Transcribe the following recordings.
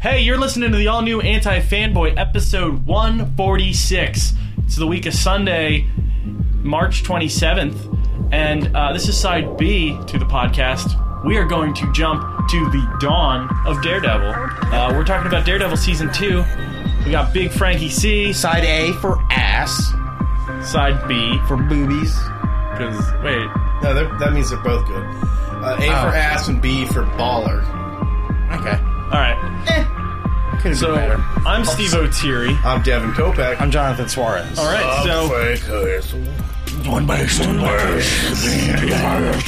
Hey, you're listening to the all new Anti Fanboy episode 146. It's the week of Sunday, March 27th, and uh, this is side B to the podcast. We are going to jump to the dawn of Daredevil. Uh, we're talking about Daredevil season two. We got Big Frankie C, Side A for ass, side B, for boobies. because wait, No, they're- that means they're both good. Uh, A Oh. for ass and B for baller. Okay. all right. Could have So Eh, been better. I'm Steve O'Teary. I'm Devin Kopeck. I'm Jonathan Suarez. All Oh, right, so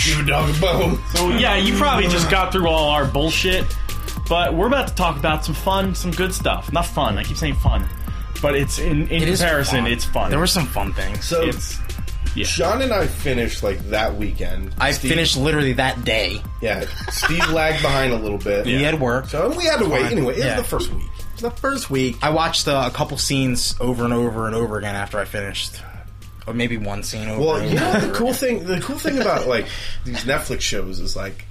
You dog a bone. So yeah, you probably just got through all our bullshit, but we're about to talk about some fun, some good stuff. Not fun. I keep saying fun, but it's in, in It is comparison, fun. it's fun. There were some fun things. So it's John and I finished like that weekend. I Steve- finished literally that day. Yeah, Steve lagged behind a little bit. He had work. So we had to wait fine. anyway. It Yeah. was the first week. It was the first week. I watched uh, a couple scenes over and over and over again after I finished, or maybe one scene over. Well, and you know over. what the cool thing the cool thing about like these Netflix shows is like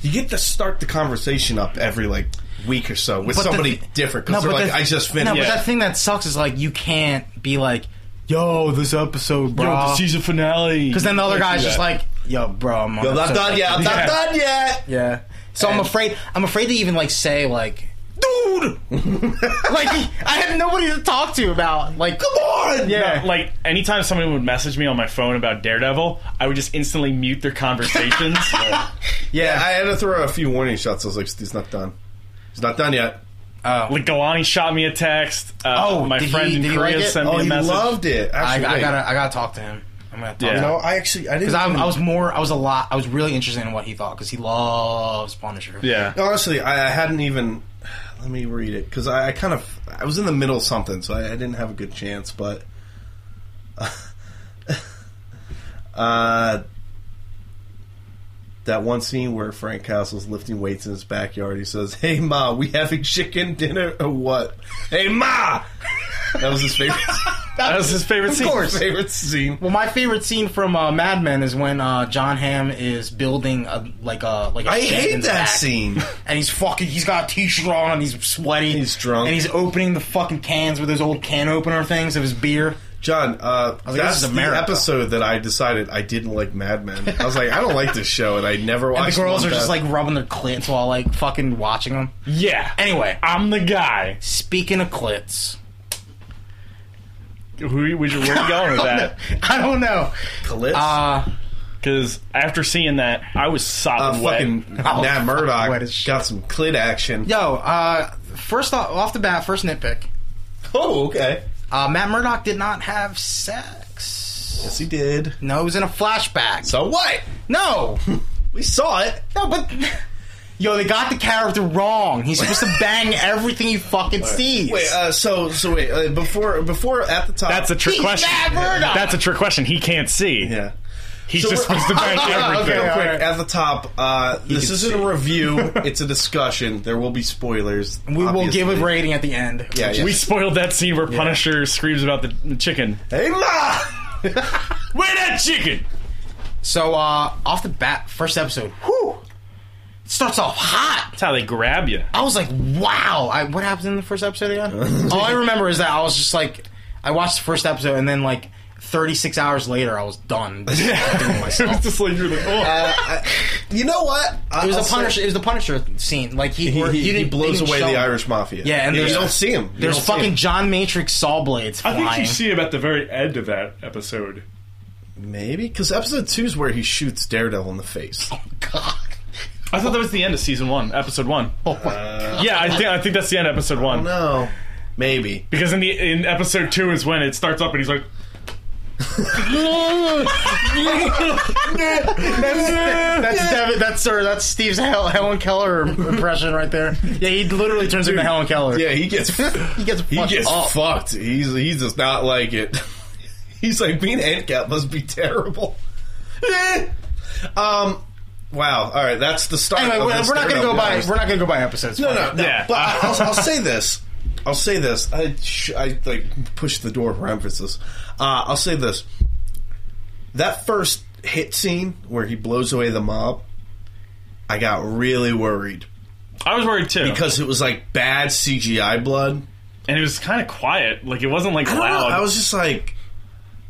you get to start the conversation up every like week or so with But the somebody thi- different because but they're like, the- I just No, finished. but Yeah. that thing that sucks is like you can't be like, "Yo, this episode, bro," because season finale. Uh, then the other guy's do just that. like, "Yo, bro, I'm, on I'm not episode done yet. I'm Yeah. not done yet. Yeah. So I'm And- afraid. I'm afraid to even like say like, dude. like I have nobody to talk to about like. Come on. Yeah. like anytime somebody would message me on my phone about Daredevil, I would just instantly mute their conversations. Yeah, I had to throw a few warning shots. I was like, Steve's not done. He's not done yet. Oh, like Galani shot me a text. Uh, Oh, my did he- friend did in he Korea like it? sent Oh, me a he message. loved it. I, I Actually, wait. gotta. I gotta talk to him. I'm gonna talk. Yeah. You to him. know, I actually, I didn't. Because I was more, I was a lot, I was really interested in what he thought because he loves Punisher. yeah, honestly, I, I hadn't even. Let me read it because I, I kind of, I was in the middle of something, so I, I didn't have a good chance. But, uh, that one scene where Frank Castle's lifting weights in his backyard, he says, "Hey ma, we having chicken dinner or what?" Hey ma, that was his favorite. that was his favorite scene. favorite scene. Well, my favorite scene from uh, Mad Men is when uh, John Hamm is building a like a like a I shed in hate the that back. scene. and he's fucking he's got a t-shirt on and he's sweaty He's drunk. and he's opening the fucking cans with those old can opener things of his beer John, uh, was like, this that's is the America. episode that I decided I didn't like Mad Men. I was like, I don't like this show, and I never watched. and the girls one are just back. like rubbing their clits while like fucking watching them Yeah. anyway I'm the guy. speaking of clits Who? Would you? Where are you Oh, going with that? I don't know Clits? uh Because after seeing that, I was uh, sopping wet. fucking Oh, Nat Murdock wet as shit. got some clit action. yo uh first off, off the bat first nitpick Oh, okay. uh Matt Murdock did not have sex Yes, he did. no it was in a flashback So what? no We saw it. No, but yo, they got the character wrong. He's supposed to bang everything he fucking sees. Wait, uh, so so wait uh, before before at the top. That's a trick He's question. Matt Murdock. That's a trick question. He can't see. yeah. He's So just we're- supposed to bang Okay, everything. real quick alright. at the top. Uh, this can isn't see. a review; it's a discussion. There will be spoilers. we will give a obviously. rating at the end. Yeah, yeah. We spoiled that scene where Punisher screams about the the chicken. hey, ma. Where that chicken? So uh, off the bat, first episode, whew, it starts off hot. That's how they grab you. I was like, wow. I, what happens in the first episode again? All I remember is that I was just like, I watched the first episode and then like 36 hours later, I was done. doing It was myself. just like you're like, oh. Uh, you know what? It was I'll a say- Punisher. It was the Punisher scene. Like he, He, or- he- you he didn't- they blows didn't away show the him. Irish mafia. Yeah, and you there's- don't see him. You There's don't see fucking him. John Matrix saw blades I flying. think you see him at the very end of that episode. maybe because episode two is where he shoots Daredevil in the face. God. I thought that was the end of season one, episode one. Oh my Yeah, I think Uh, I think that's the end of episode one. No, maybe. Because in the in episode two is when it starts up and he's like. That's Devin, that's sir. That's Steve's Hel- Helen Keller impression right there. Yeah, he literally turns into Helen Keller. Yeah, he gets he gets he fucked gets up. fucked. He's he does not like it. He's like being handcuffed must be terrible. Eh. um. Wow. All right. That's the start. Anyway, of we're, this we're not gonna Daredevil go by. virus. We're not gonna go by episodes. No, no, no. Yeah. But I, I'll, I'll say this. I'll say this. I, sh- I like push the door for emphasis. Uh, I'll say this. That first hit scene where he blows away the mob, I got really worried I was worried too, because it was like bad CGI blood. and it was kind of quiet. Like it wasn't like I don't know, loud. I was just like,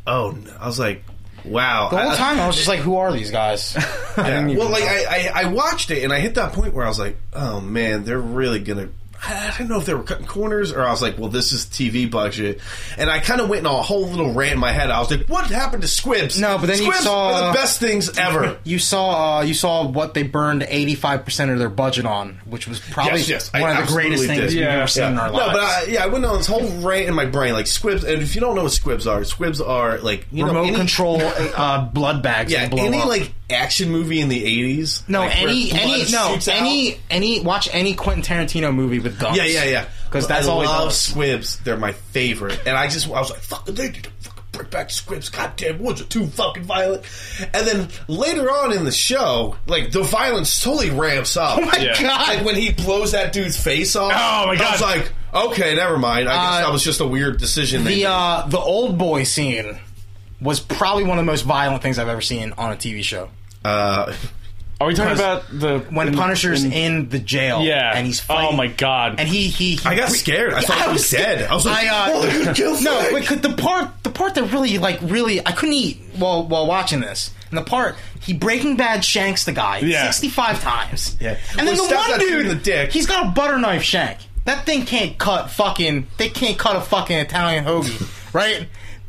oh, no. I was like, wow. The whole I- time I was just like, who are these guys? I didn't even well, like know. I, I, I watched it and I hit that point where I was like, oh man, they're really gonna. I I don't know if they were cutting corners or I was like, well, this is TV budget. And I kind of went in a whole little rant in my head. I was like, what happened to Squibs? No, but then you Squibs saw- are the best things ever. you saw uh, you saw what they burned eighty five percent of their budget on, which was probably Yes, yes, I one of the absolutely greatest things did. we've Yeah. ever seen in our lives. No, but I, yeah, I went on this whole rant in my brain, like Squibs. And if you don't know what Squibs are, Squibs are like you know, remote any- control uh, blood bags. Yeah, that blow any up. like action movie in the eighties. no any any no any any watch any Quentin Tarantino movie with guns. Yeah, yeah, yeah. Because that's I all he love does. squibs. They're my favorite, and I just I was like, "Fuck, they need to fucking bring back squibs. Goddamn, woods are too fucking violent." And then later on in the show, like the violence totally ramps up. Oh my Yeah. God. Like when he blows that dude's face off. Oh my I God. was like, okay, never mind. I guess Uh, that was just a weird decision. they The made. uh, the old boy scene was probably one of the most violent things I've ever seen on a TV show. uh, Are we talking about the When in- Punisher's in, in- the jail, Yeah. and he's fighting, Oh my God. and he he, he I got scared. I thought he was dead. I was like, "Oh, they could kill uh, no, Frank." but could the part the part that really like really I couldn't eat while while watching this. And the part he Breaking Bad shanks the guy Yeah. sixty five times. Yeah. and Well, then he the stabs one that dude dude in the dick. He's got a butter knife shank. That thing can't cut fucking. They can't cut a fucking Italian hoagie, right?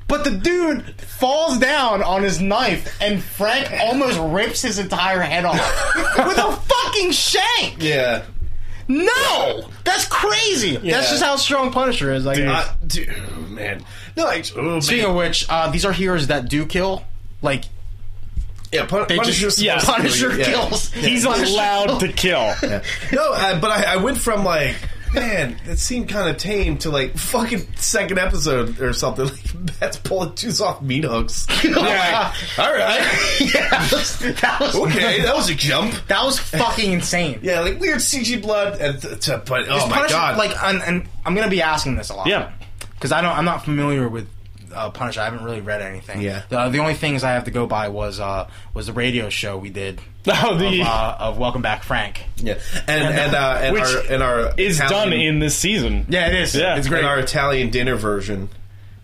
But the dude falls down on his knife, and Frank almost rips his entire head off with a fucking shank. yeah. No, that's crazy. That's just how strong Punisher is. I guess. I, dude, oh, man. No, I, oh, Speaking man. of which, uh, these are heroes that do kill. Like yeah, Pun- they Punisher's just yeah. Punisher Yeah. kills. he's Punisher- allowed to kill. No, I, but I, I went from like, man, that seemed kind of tame to like fucking second episode or something. Like that's pulling two soft meat hooks. Yeah. All right, yeah, that was, that was okay, that was a jump. that was fucking insane. Yeah, like weird CG blood, and th- to, but oh my Punisher, god, Like, and, and I'm gonna be asking this a lot. Yeah. because I don't. I'm not familiar with uh, Punisher. I haven't really read anything. Yeah. The, the only things I have to go by was uh, was the radio show we did Oh, the uh, of Welcome Back, Frank. yeah, and and uh, and Which our and our is Italian, done in this season. Yeah, it is. Yeah. it's great. in our Italian dinner version.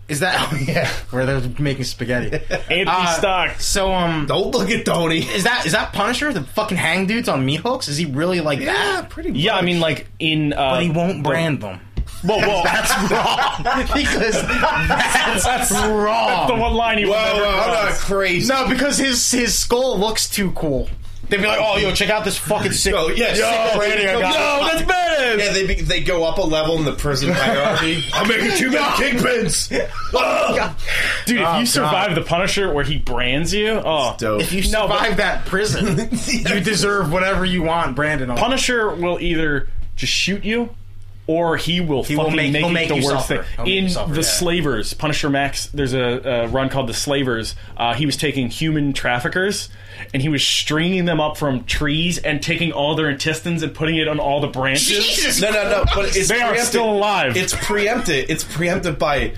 Is that oh, yeah? Where they're making spaghetti. Anthony Uh, Stock. So um, Don't look at Tony. Is that is that Punisher? The fucking hang dudes on meat hooks? Is he really like that? pretty. Yeah, I mean, like in. Uh, But he won't brand them. Whoa, whoa! That's wrong. because that's, that's wrong. the one line he Whoa, will never whoa, I'm not cross. crazy. No, because his his skull looks too cool. They'd be like, oh yo, check out this fucking sick. Oh, yeah, sick sick branding I radio got. No, that's badass. Yeah, they be, they go up a level in the prison hierarchy. I'm making too many kingpins. Ugh. Dude, if Oh, you survive God. the Punisher where he brands you, oh, Dope. If you No, survive but- that prison, you deserve whatever you want, Brandon. On Punisher will either just shoot you or he will will fucking make- make, he'll it make the you worst suffer. thing. He'll make you In suffer, The yeah. Slavers, Punisher Max, there's a, a run called The Slavers. Uh, he was taking human traffickers and he was stringing them up from trees and taking all their intestines and putting it on all the branches. Jesus, No, no, no. But it's They are preempted- still alive. It's preempted. It's preempted by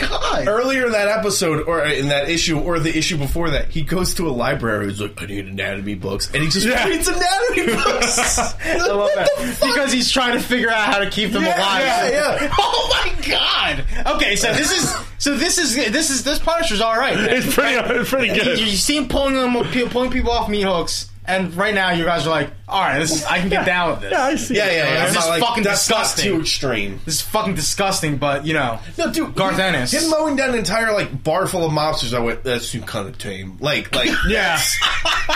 God. earlier in that episode or in that issue or the issue before that. He goes to a library. He's like, I need anatomy books, and he just Yeah. reads anatomy books. I love that. Because he's trying to figure out how to keep them Yeah, alive. yeah, yeah. Oh my god. Okay, so this is so this is this is this Punisher's all right. then. It's pretty, it's pretty You, good. you see him pulling them pulling people off meat hooks, and right now you guys are like, all right, this is, I can get down with this. Yeah, I see. Yeah, yeah, yeah. This I'm is not fucking that's not disgusting. too extreme. This is fucking disgusting, but you know, No, dude, Garth him- Ennis. Him mowing down an entire like bar full of mobsters. I went. That's too kind of tame. Like, like, Yeah.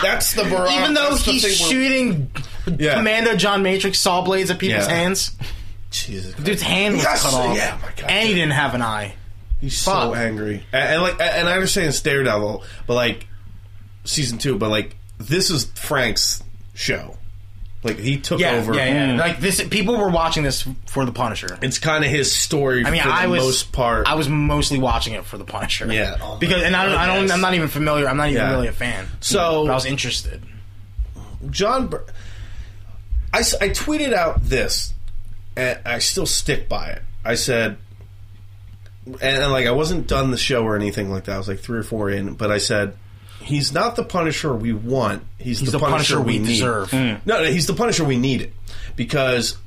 That's the barometer. even though that's the he's thing where- shooting Yeah. Commando John Matrix saw blades at people's Yeah. hands, Jesus, dude's hand was Yes, cut off, yeah, my God. and he didn't have an eye. He's so Fuck. angry, and, and like, and I understand it's Daredevil, but like season two, but like this is Frank's show. Like he took Yeah, over. yeah, yeah. Like this, people were watching this for the Punisher. It's kind of his story. I mean, for the I was most part. I was mostly watching it for the Punisher. Yeah. Oh my because and I don't, I don't, goodness. I'm not even familiar. I'm not even Yeah. really a fan. So- but I was interested. John. Bur- I s- I tweeted out this, and I still stick by it. I said, and, and like I wasn't done the show or anything like that. I was like three or four in, but I said he's not the Punisher we want. He's, He's the, Punisher, we, we need. deserve. Mm. No, no, he's the Punisher we needed because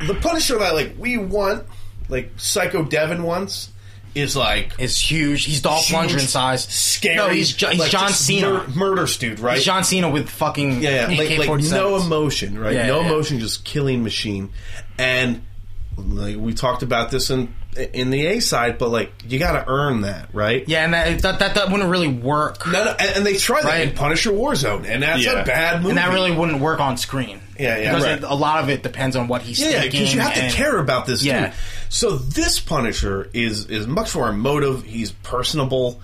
the Punisher that like we want, like Psycho Devin wants, is like Is huge. He's Dolph huge, Lundgren size. scary. No, he's, Jo- he's like, John just Cena. mur- murder dude, right? He's John Cena with fucking Yeah, yeah. AK Like, like 47. no emotion, right? Yeah, no yeah. emotion, just killing machine. And like we talked about this in in the A side, but like you got to earn that, right? yeah, and that, that that that wouldn't really work. No, no, and, and they tried Right. that in Punisher Warzone, and that's Yeah. a bad movie. and that really wouldn't work on screen. Yeah, yeah, Because right. it- a lot of it depends on what he's yeah, thinking. because you have to and- care about this Yeah. dude. So this Punisher is is much more emotive. He's personable.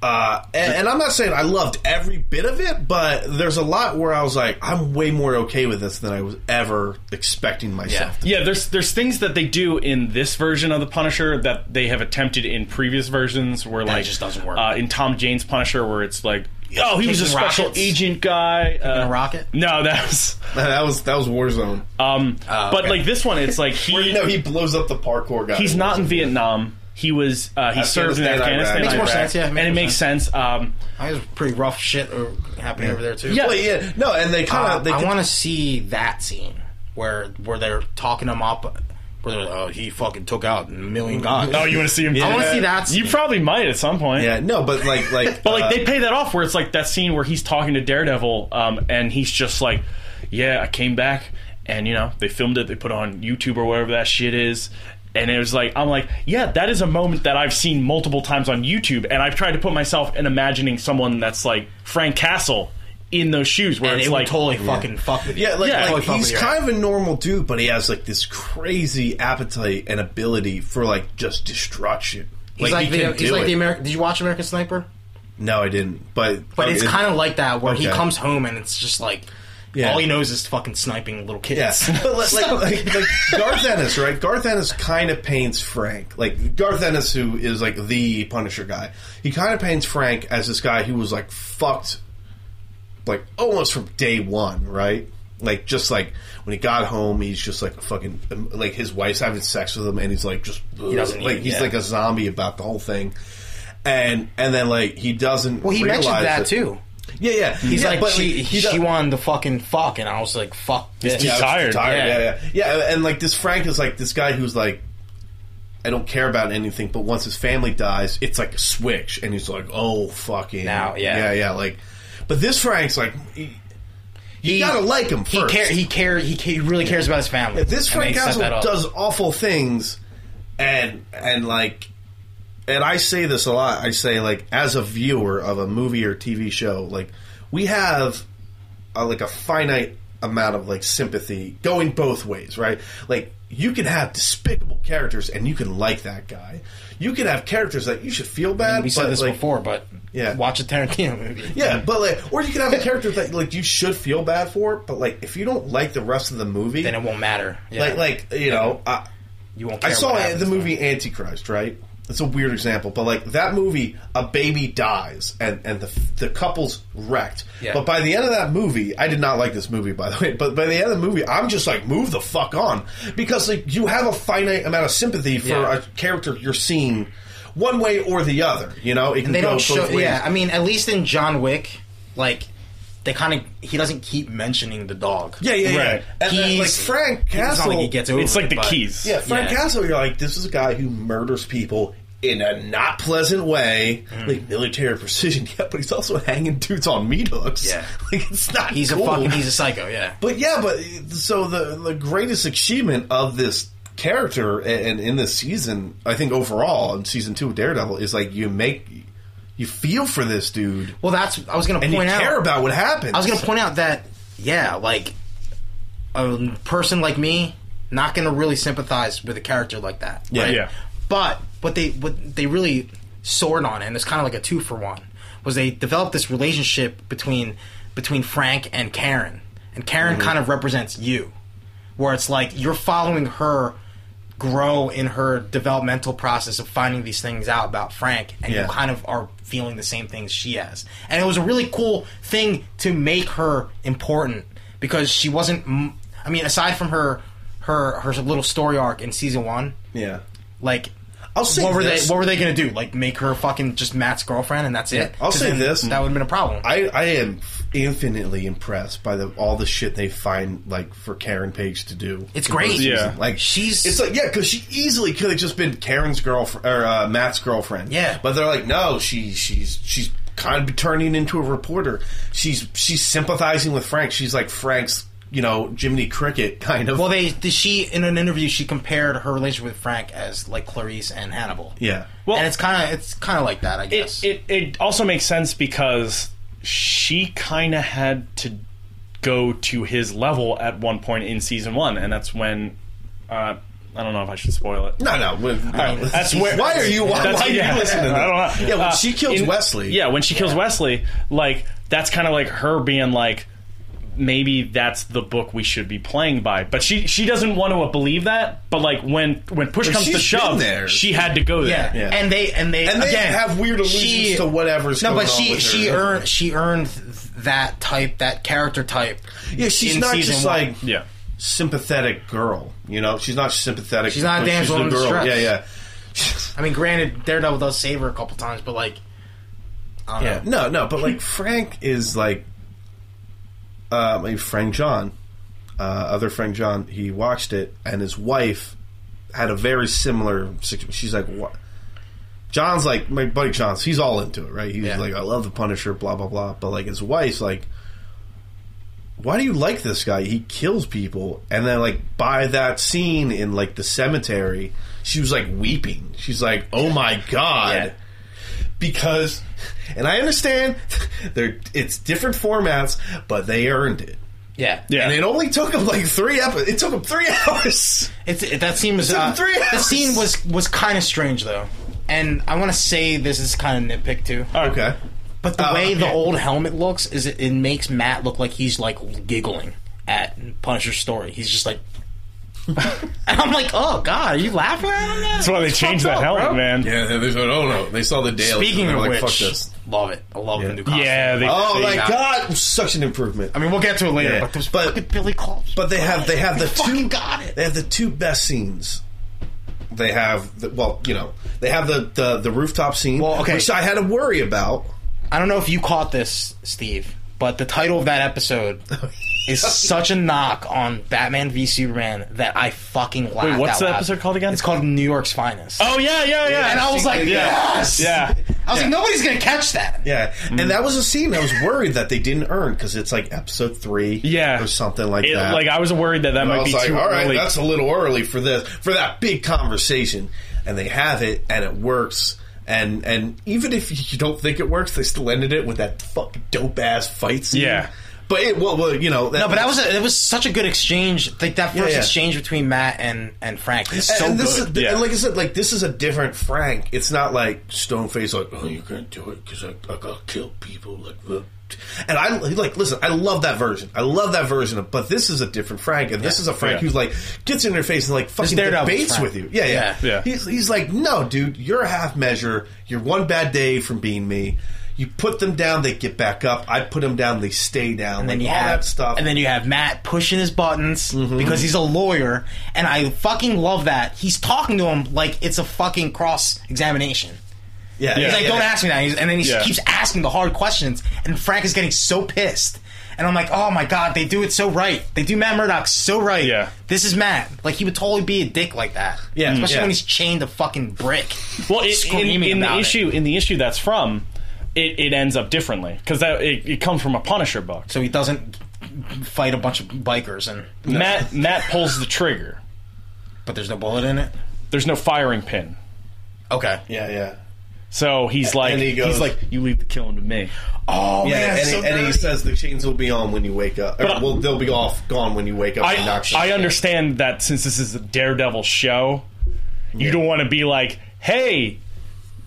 Uh, and, and I'm not saying I loved every bit of it, but there's a lot where I was like, I'm way more okay with this than I was ever expecting myself. to Yeah, there's there's things that they do in this version of the Punisher that they have attempted in previous versions, where like just doesn't work. Uh, in Tom Jane's Punisher, where it's like, oh, he was a Kicking special rockets? agent guy. Uh, a rocket? No, that was. That was that was Warzone. Um, but Oh, okay. like this one, it's like he no, he blows up the parkour guy. he's not in Vietnam. He was uh, he served in Afghanistan, Afghanistan, Iraq. Makes more Iraq, sense, yeah, and makes it more makes sense. Um, That was pretty rough shit uh, happening over there too. Yeah. Well, yeah, no, and they kind Uh, of. they I could- want to see that scene where where they're talking him up. Where they're like, oh, he fucking took out a million guys. oh, you want to see him? I want to Yeah. see that. Scene. You probably might at some point. Yeah, no, but like, like, But like uh, they pay that off where it's like that scene where he's talking to Daredevil, um, and he's just like, "Yeah, I came back, and you know they filmed it, they put it on YouTube or whatever that shit is." And it was like I'm like, yeah, that is a moment that I've seen multiple times on YouTube, and I've tried to put myself in imagining someone that's like Frank Castle in those shoes, where and it's it would like totally fucking fuck with you. yeah, like, Yeah, like, totally fuck he's with you. kind of a normal dude, but he has like this crazy appetite and ability for like just destruction. he's like, he the, can he's do like it. the American. Did you watch American Sniper? No, I didn't. But But it's kind of like that where he Okay. comes home and it's just like Yeah. all he knows is fucking sniping little kids. Yeah, but like, like, like, like Garth Ennis, right? Garth Ennis kind of paints Frank, like Garth Ennis, who is like the Punisher guy. He kind of paints Frank as this guy who was like fucked, like almost from day one, right? Like just like when he got home, he's just like fucking like his wife's having sex with him, and he's like just doesn't like eat, he's yeah. like a zombie about the whole thing, and and then like he doesn't. Well, he realize mentioned that too. Yeah, yeah. He's Yeah, like, but, she, he she does- wanted to fucking fuck, and I was like, fuck this. too I was tired. tired. Yeah. Yeah. yeah, yeah, And like this Frank is like this guy who's like, I don't care about anything, but once his family dies, it's like a switch, and he's like, oh fucking Now, yeah. yeah, yeah. Like, but this Frank's like, he, you gotta like him He first. care, he care, he, ca- he really cares about his family. this and Frank they set Castle that up. does awful things, and and like. And I say this a lot. I say, like, as a viewer of a movie or TV show, like, we have uh, like a finite amount of like sympathy going both ways, right? Like you can have despicable characters and you can like that guy. You can have characters that you should feel bad. We said but, this like- before, but Yeah. watch a Tarantino movie. Yeah, but like, or you can have a character that like you should feel bad for, but like if you don't like the rest of the movie, then it won't matter. Yeah. like like you know, I, you won't. Care I saw what the happens. movie Antichrist, right? It's a weird example, but like that movie, a baby dies and and the the couple's wrecked. Yeah. But by the end of that movie, I did not like this movie, by the way. But by the end of the movie, I'm just like, move the fuck on, because like you have a finite amount of sympathy for Yeah. a character you're seeing one way or the other. You know, it can They go don't both show. ways. Yeah, I mean, at least in John Wick, like they kind of he doesn't keep mentioning the dog. yeah, yeah, yeah. Right. And then, like He's- Frank it's not Castle, like he gets over. it's like it, the but- keys. Yeah, Frank Yeah. Castle, you're like, this is a guy who murders people in a not pleasant way, Mm-hmm. like military precision. Yeah, but he's also hanging dudes on meat hooks. Yeah. like it's not. He's cool. a fucking. He's a psycho. Yeah. But yeah, but so the the greatest achievement of this character and, and in this season, I think overall in season two of Daredevil is like you make you feel for this dude Well, that's I was gonna and point you out. care about what happens. I was gonna point out that yeah, like a person like me, not gonna really sympathize with a character like that. Yeah. right? Yeah. But what they what they really soared on, and it's kind of like a two for one, was they developed this relationship between between Frank and Karen, and Karen Mm-hmm. kind of represents you, where it's like you're following her grow in her developmental process of finding these things out about Frank, and you Yeah. kind of are feeling the same things she has. And it was a really cool thing to make her important because she wasn't. m- I mean, aside from her her her little story arc in season one, yeah. like I'll say what were this. they? What were they gonna do? Like make her fucking just Matt's girlfriend, and that's it. I'll 'Cause say then this. That would have been a problem. I, I am infinitely impressed by the all the shit they find like for Karen Page to do. It's in first great. season. Yeah. like She's- It's like yeah, because she easily could have just been Karen's girlfriend or uh, Matt's girlfriend. Yeah. but they're like, no, she she's she's kind of turning into a reporter. She's she's sympathizing with Frank. She's like Frank's you know Jiminy Cricket kind of. well, they the, she in an interview she compared her relationship with Frank as like Clarice and Hannibal. yeah. Well- and it's kind of it's kind of like that, I it, guess. it it also makes sense because she kind of had to go to his level at one point in season one, and that's when uh, I don't know if I should spoil it. No, no. With, That's where. Why are you? Why, that's- why are yeah, you listening? To I that? don't know. Yeah, when Uh, she kills in- Wesley. Yeah, when she kills Wesley, like that's kind of like her being like, maybe that's the book we should be playing by. But she she doesn't want to believe that. But like when when push comes she's to been shove, there. she had to go there. yeah. Yeah. and they and they And they again, have weird allusions she- to whatever's No, going but on she with she her. earned she earned that type that character type. Yeah, she's in not season just one. like Yeah. sympathetic girl. You know, she's not sympathetic. She's not a but damsel the in distress. Yeah, yeah, I mean, granted, Daredevil does save her a couple times, but like, I don't yeah. know. No, no, but like Frank is like, uh, maybe Frank John, uh, other Frank John. He watched it, and his wife had a very similar situation. She's like, what? John's like my buddy John's. He's all into it, right? He's Yeah. like, I love the Punisher, blah blah blah. But like his wife's like, why do you like this guy? He kills people. And then like by that scene in like the cemetery, she was like weeping. She's like, oh my god. Yeah. Because, and I understand, they're it's different formats, but they earned it. Yeah, Yeah. And it only took them like three episodes. It took them three hours. It's it, that scene was took uh, three that hours. scene was was kind of strange though, and I want to say this is kind of nitpick too. All right. Okay. But the Oh, way the okay. old helmet looks is it, it makes Matt look like he's like giggling at Punisher's story. He's just like, and I'm like, oh god, are you laughing at him? That's why they changed the helmet, man. Yeah, they, they said, oh no. They saw the daily. Speaking and they of were which, like, fuck this. love it. I love the new costume. Yeah, they, Oh they- my god, such an improvement. I mean, we'll get to it later. Yeah. But there's But- fucking Billy Claus. But they have they have the fucking two got it. They have the two best scenes. They have the, well, you know, they have the the, the rooftop scene, Well, okay. which I had to worry about. I don't know if you caught this, Steve, but the title of that episode Oh, is such a knock on Batman v Superman that I fucking laughed. what's out the loud. episode called again? It's called New York's Finest. Oh yeah, yeah, yeah. and I was like, Yeah. yes, yeah. I was like, nobody's gonna catch that. Yeah, and that was a scene I was worried that they didn't earn because it's like episode three, Yeah. or something like It- that. like I was worried that that And I might was be like, too all right, early. that's a little early for this for that big conversation, and they have it, and it works. And and even if you don't think it works, they still ended it with that fucking dope ass fight scene. Yeah. but it well, well you know that, No, but that was a, it was such a good exchange. Like that first Yeah, yeah. exchange between Matt and and Frank is so and good. this is Yeah. and like I said, like this is a different Frank. It's not like Stoneface, like oh, you're gonna do it because I, I gotta kill people, like. uh, t-" And I like listen. I love that version. I love that version. Of, but this is a different Frank, and this is a Frank Yeah. who's like gets in your face and like fucking Daredevil debates Frank. with you. Yeah, yeah, Yeah. Yeah. He's he's like, no, dude, you're a half measure. You're one bad day from being me. You put them down, they get back up. I put them down, they stay down. and then like you all have that stuff. and then you have Matt pushing his buttons because he's a lawyer, and I fucking love that he's talking to him like it's a fucking cross examination. yeah, He's yeah, like, yeah, "Don't yeah. ask me that," He's- and then he Yeah. keeps asking the hard questions, and Frank is getting so pissed. And I'm like, "Oh my god, they do it so right. They do Matt Murdock so right. Yeah. This is Matt. Like he would totally be a dick like that. Yeah, especially yeah. when he's chained to fucking brick. well, it, in, screaming in about the it. issue in the issue that's from, it, it ends up differently because that it, it comes from a Punisher book. So he doesn't fight a bunch of bikers, and Matt Matt pulls the trigger. but there's no bullet in it. There's no firing pin. Okay. yeah, yeah. So he's like, And he goes- he's like, you leave the killing to me. Oh Yeah, man, and, so he, and he dirty. says the chains will be on when you wake up. Or, But I- well, they'll be off, gone when you wake up. and I knock shit. I understand that since this is a Daredevil show, you don't want to be like, hey,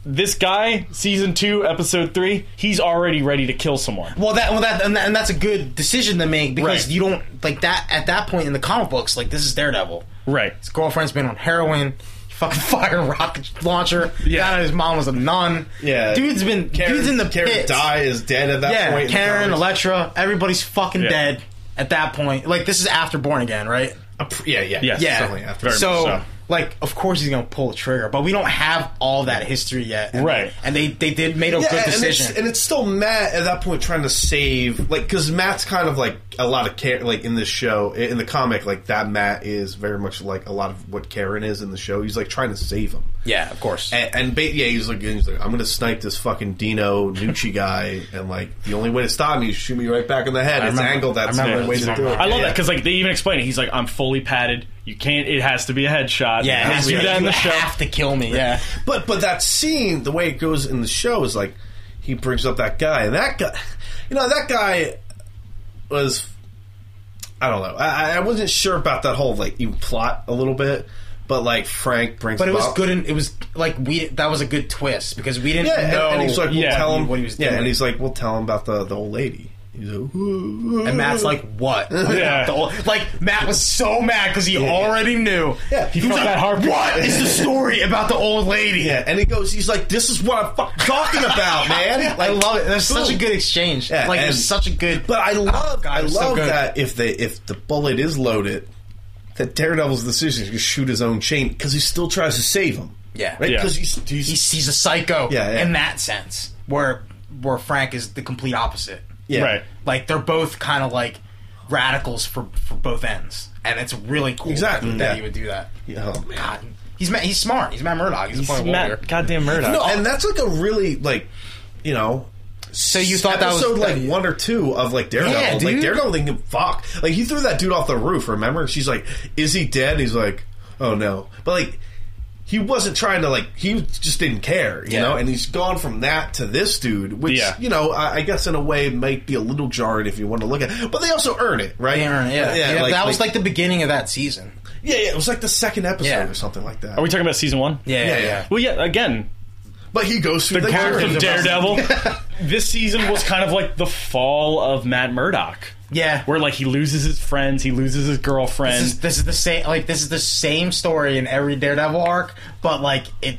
this guy, season two, episode three, he's already ready to kill someone. Well, that well that and, that and that's a good decision to make because Right. you don't like that at that point in the comic books. Like this is Daredevil. Right. His girlfriend's been on heroin. Fucking fire rocket launcher. Yeah. Found out his mom was a nun. Yeah. dude's been Karen, dude's in the Karen pits. Die is dead at that yeah, point. Karen, Um, Elektra, everybody's fucking Yeah. dead at that point. Like this is after Born Again, right? a pr- yeah, yeah, Yes. Yeah, Definitely after. Very so, much so. like of course he's gonna pull the trigger, but we don't have all that history yet. And- Right. And they they did made a Yeah, good and it's- decision. And it's, still Matt at that point trying to save, like, because Matt's kind of like a lot of care, like in this show, in the comic, like that Matt is very much like a lot of what Karen is in the show. He's like trying to save him, yeah, of course. and, and ba- yeah, he's like, he's like, I'm gonna snipe this fucking Dino Nucci guy, and like the only way to stop me is shoot me right back in the head. it's remember- angled. That's I the remember only way to this. do it. I love that because like they even explain it. He's like, I'm fully padded. You can't. It has to be a headshot. yeah, they it has to do be- that in you the show. have to kill me. Yeah. But but that scene, the way it goes in the show is like he brings up that guy, and that guy, you know, that guy was. I don't know. I, I wasn't sure about that whole like even plot a little bit, but like Frank brings. But it was up- good, and it was like we that was a good twist because we didn't Yeah, and, know. and he's like, we'll yeah, tell him what he was Yeah, doing. and he's like, we'll tell him about the the old lady. He's like, and Matt's like, what? Yeah. The whole- like Matt was so mad because he already knew. Yeah, he was felt that heartbreak. What is the story about the old lady? yeah, and he goes, he's like, this is what I'm fucking talking about, man. I Like, love it. That's such a boom. good exchange. Yeah, like and- it's such a good. But I love, God, I it's so love good. that if they if the bullet is loaded, that Daredevil's decision is to shoot his own chain because he still tries to save him. Yeah. right. Yeah. Because he's, he's, he's he's a psycho. Yeah, yeah. in that sense, where where Frank is the complete opposite. yeah. Right. Like they're both kind of like radicals for for both ends, and it's really cool Exactly, that yeah. he would do that. Yeah, oh, man. God, he's Matt, he's smart. He's Matt Murdock. He's, a It's point warrior. Matt, goddamn Murdoch. No, and that's like a really like, you know. So you thought that was episode like one or two of like Daredevil. Yeah, like dude. Daredevil didn't give a fuck. Like he threw that dude off the roof. Remember? She's like, "Is he dead?" He's like, "Oh no," but like he wasn't trying to like he just didn't care, you Yeah. know. And he's gone from that to this dude, which Yeah. you know I, I guess in a way might be a little jarring if you want to look at. it. But they also earn it, right? They earn it, yeah, yeah. like- that was like the beginning of that season. yeah, yeah. It was like the second episode Yeah. or something like that. Are we talking about season one? Yeah, Yeah, yeah, yeah. yeah. Well, yeah. Again, but he goes through the, character characters of of- Daredevil. this season was kind of like the fall of Matt Murdock, Yeah. where like he loses his friends, he loses his girlfriend. this is, this is the same like this is the same story in every Daredevil arc, but like it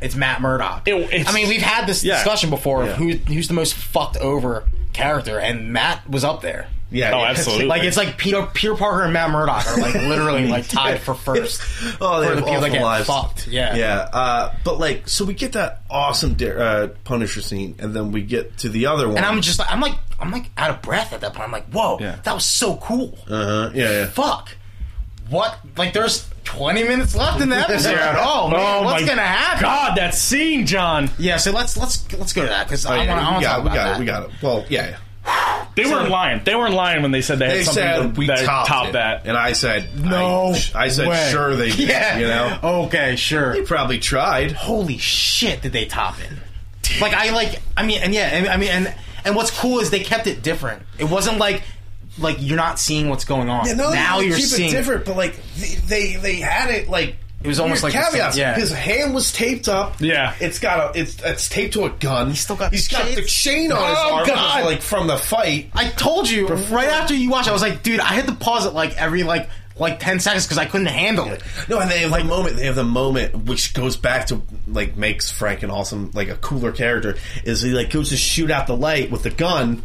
it's Matt Murdock. It- it's- I mean, we've had this Yeah. discussion before of who who's the most fucked over character, and Matt was up there. Yeah, oh, yeah. absolutely. Like it's like Peter Peter Parker and Matt Murdock are like literally like tied for first. Oh, they For the have people awful that get lives. fucked. Yeah. yeah. Uh, but like, so we get that awesome Dare, uh, Punisher scene, and then we get to the other one. And I'm just like I'm like I'm like out of breath at that point. I'm like, whoa, Yeah. that was so cool. uh-huh. yeah, yeah. Fuck. What? Like there's 20 minutes left in the episode. Oh man, Oh, what's my gonna happen? God, that scene, John. Yeah, so let's let's let's go to that because Oh, I yeah, want we to got, talk it, about we got that. it. We got it. Well, yeah. yeah. They weren't lying. They weren't lying when they said they, They had something said to, we that topped top it. that. and I said No, I, I said way. sure they did. Yeah, Oh. You know, Okay, sure. they probably tried. Holy shit, did they top it? Like I like, I mean, and yeah, and, I mean, and and what's cool is they kept it different. It wasn't like like you're not seeing what's going on. Yeah, no, they now didn't you're keep seeing. it different, but like they they, they had it like It was almost weird like the same- caveats. yeah. His hand was taped up. Yeah. it's got a it's it's taped to a gun. He's still got he's the got chains? the chain on his Oh, arm, God. which is, like from the fight. I told you right after you watched, I was like, dude, I had to pause it like every like like ten seconds because I couldn't handle it. No, and they have the moment. They have the moment which goes back to like makes Frank an awesome, like a cooler character. Is he like goes to shoot out the light with the gun,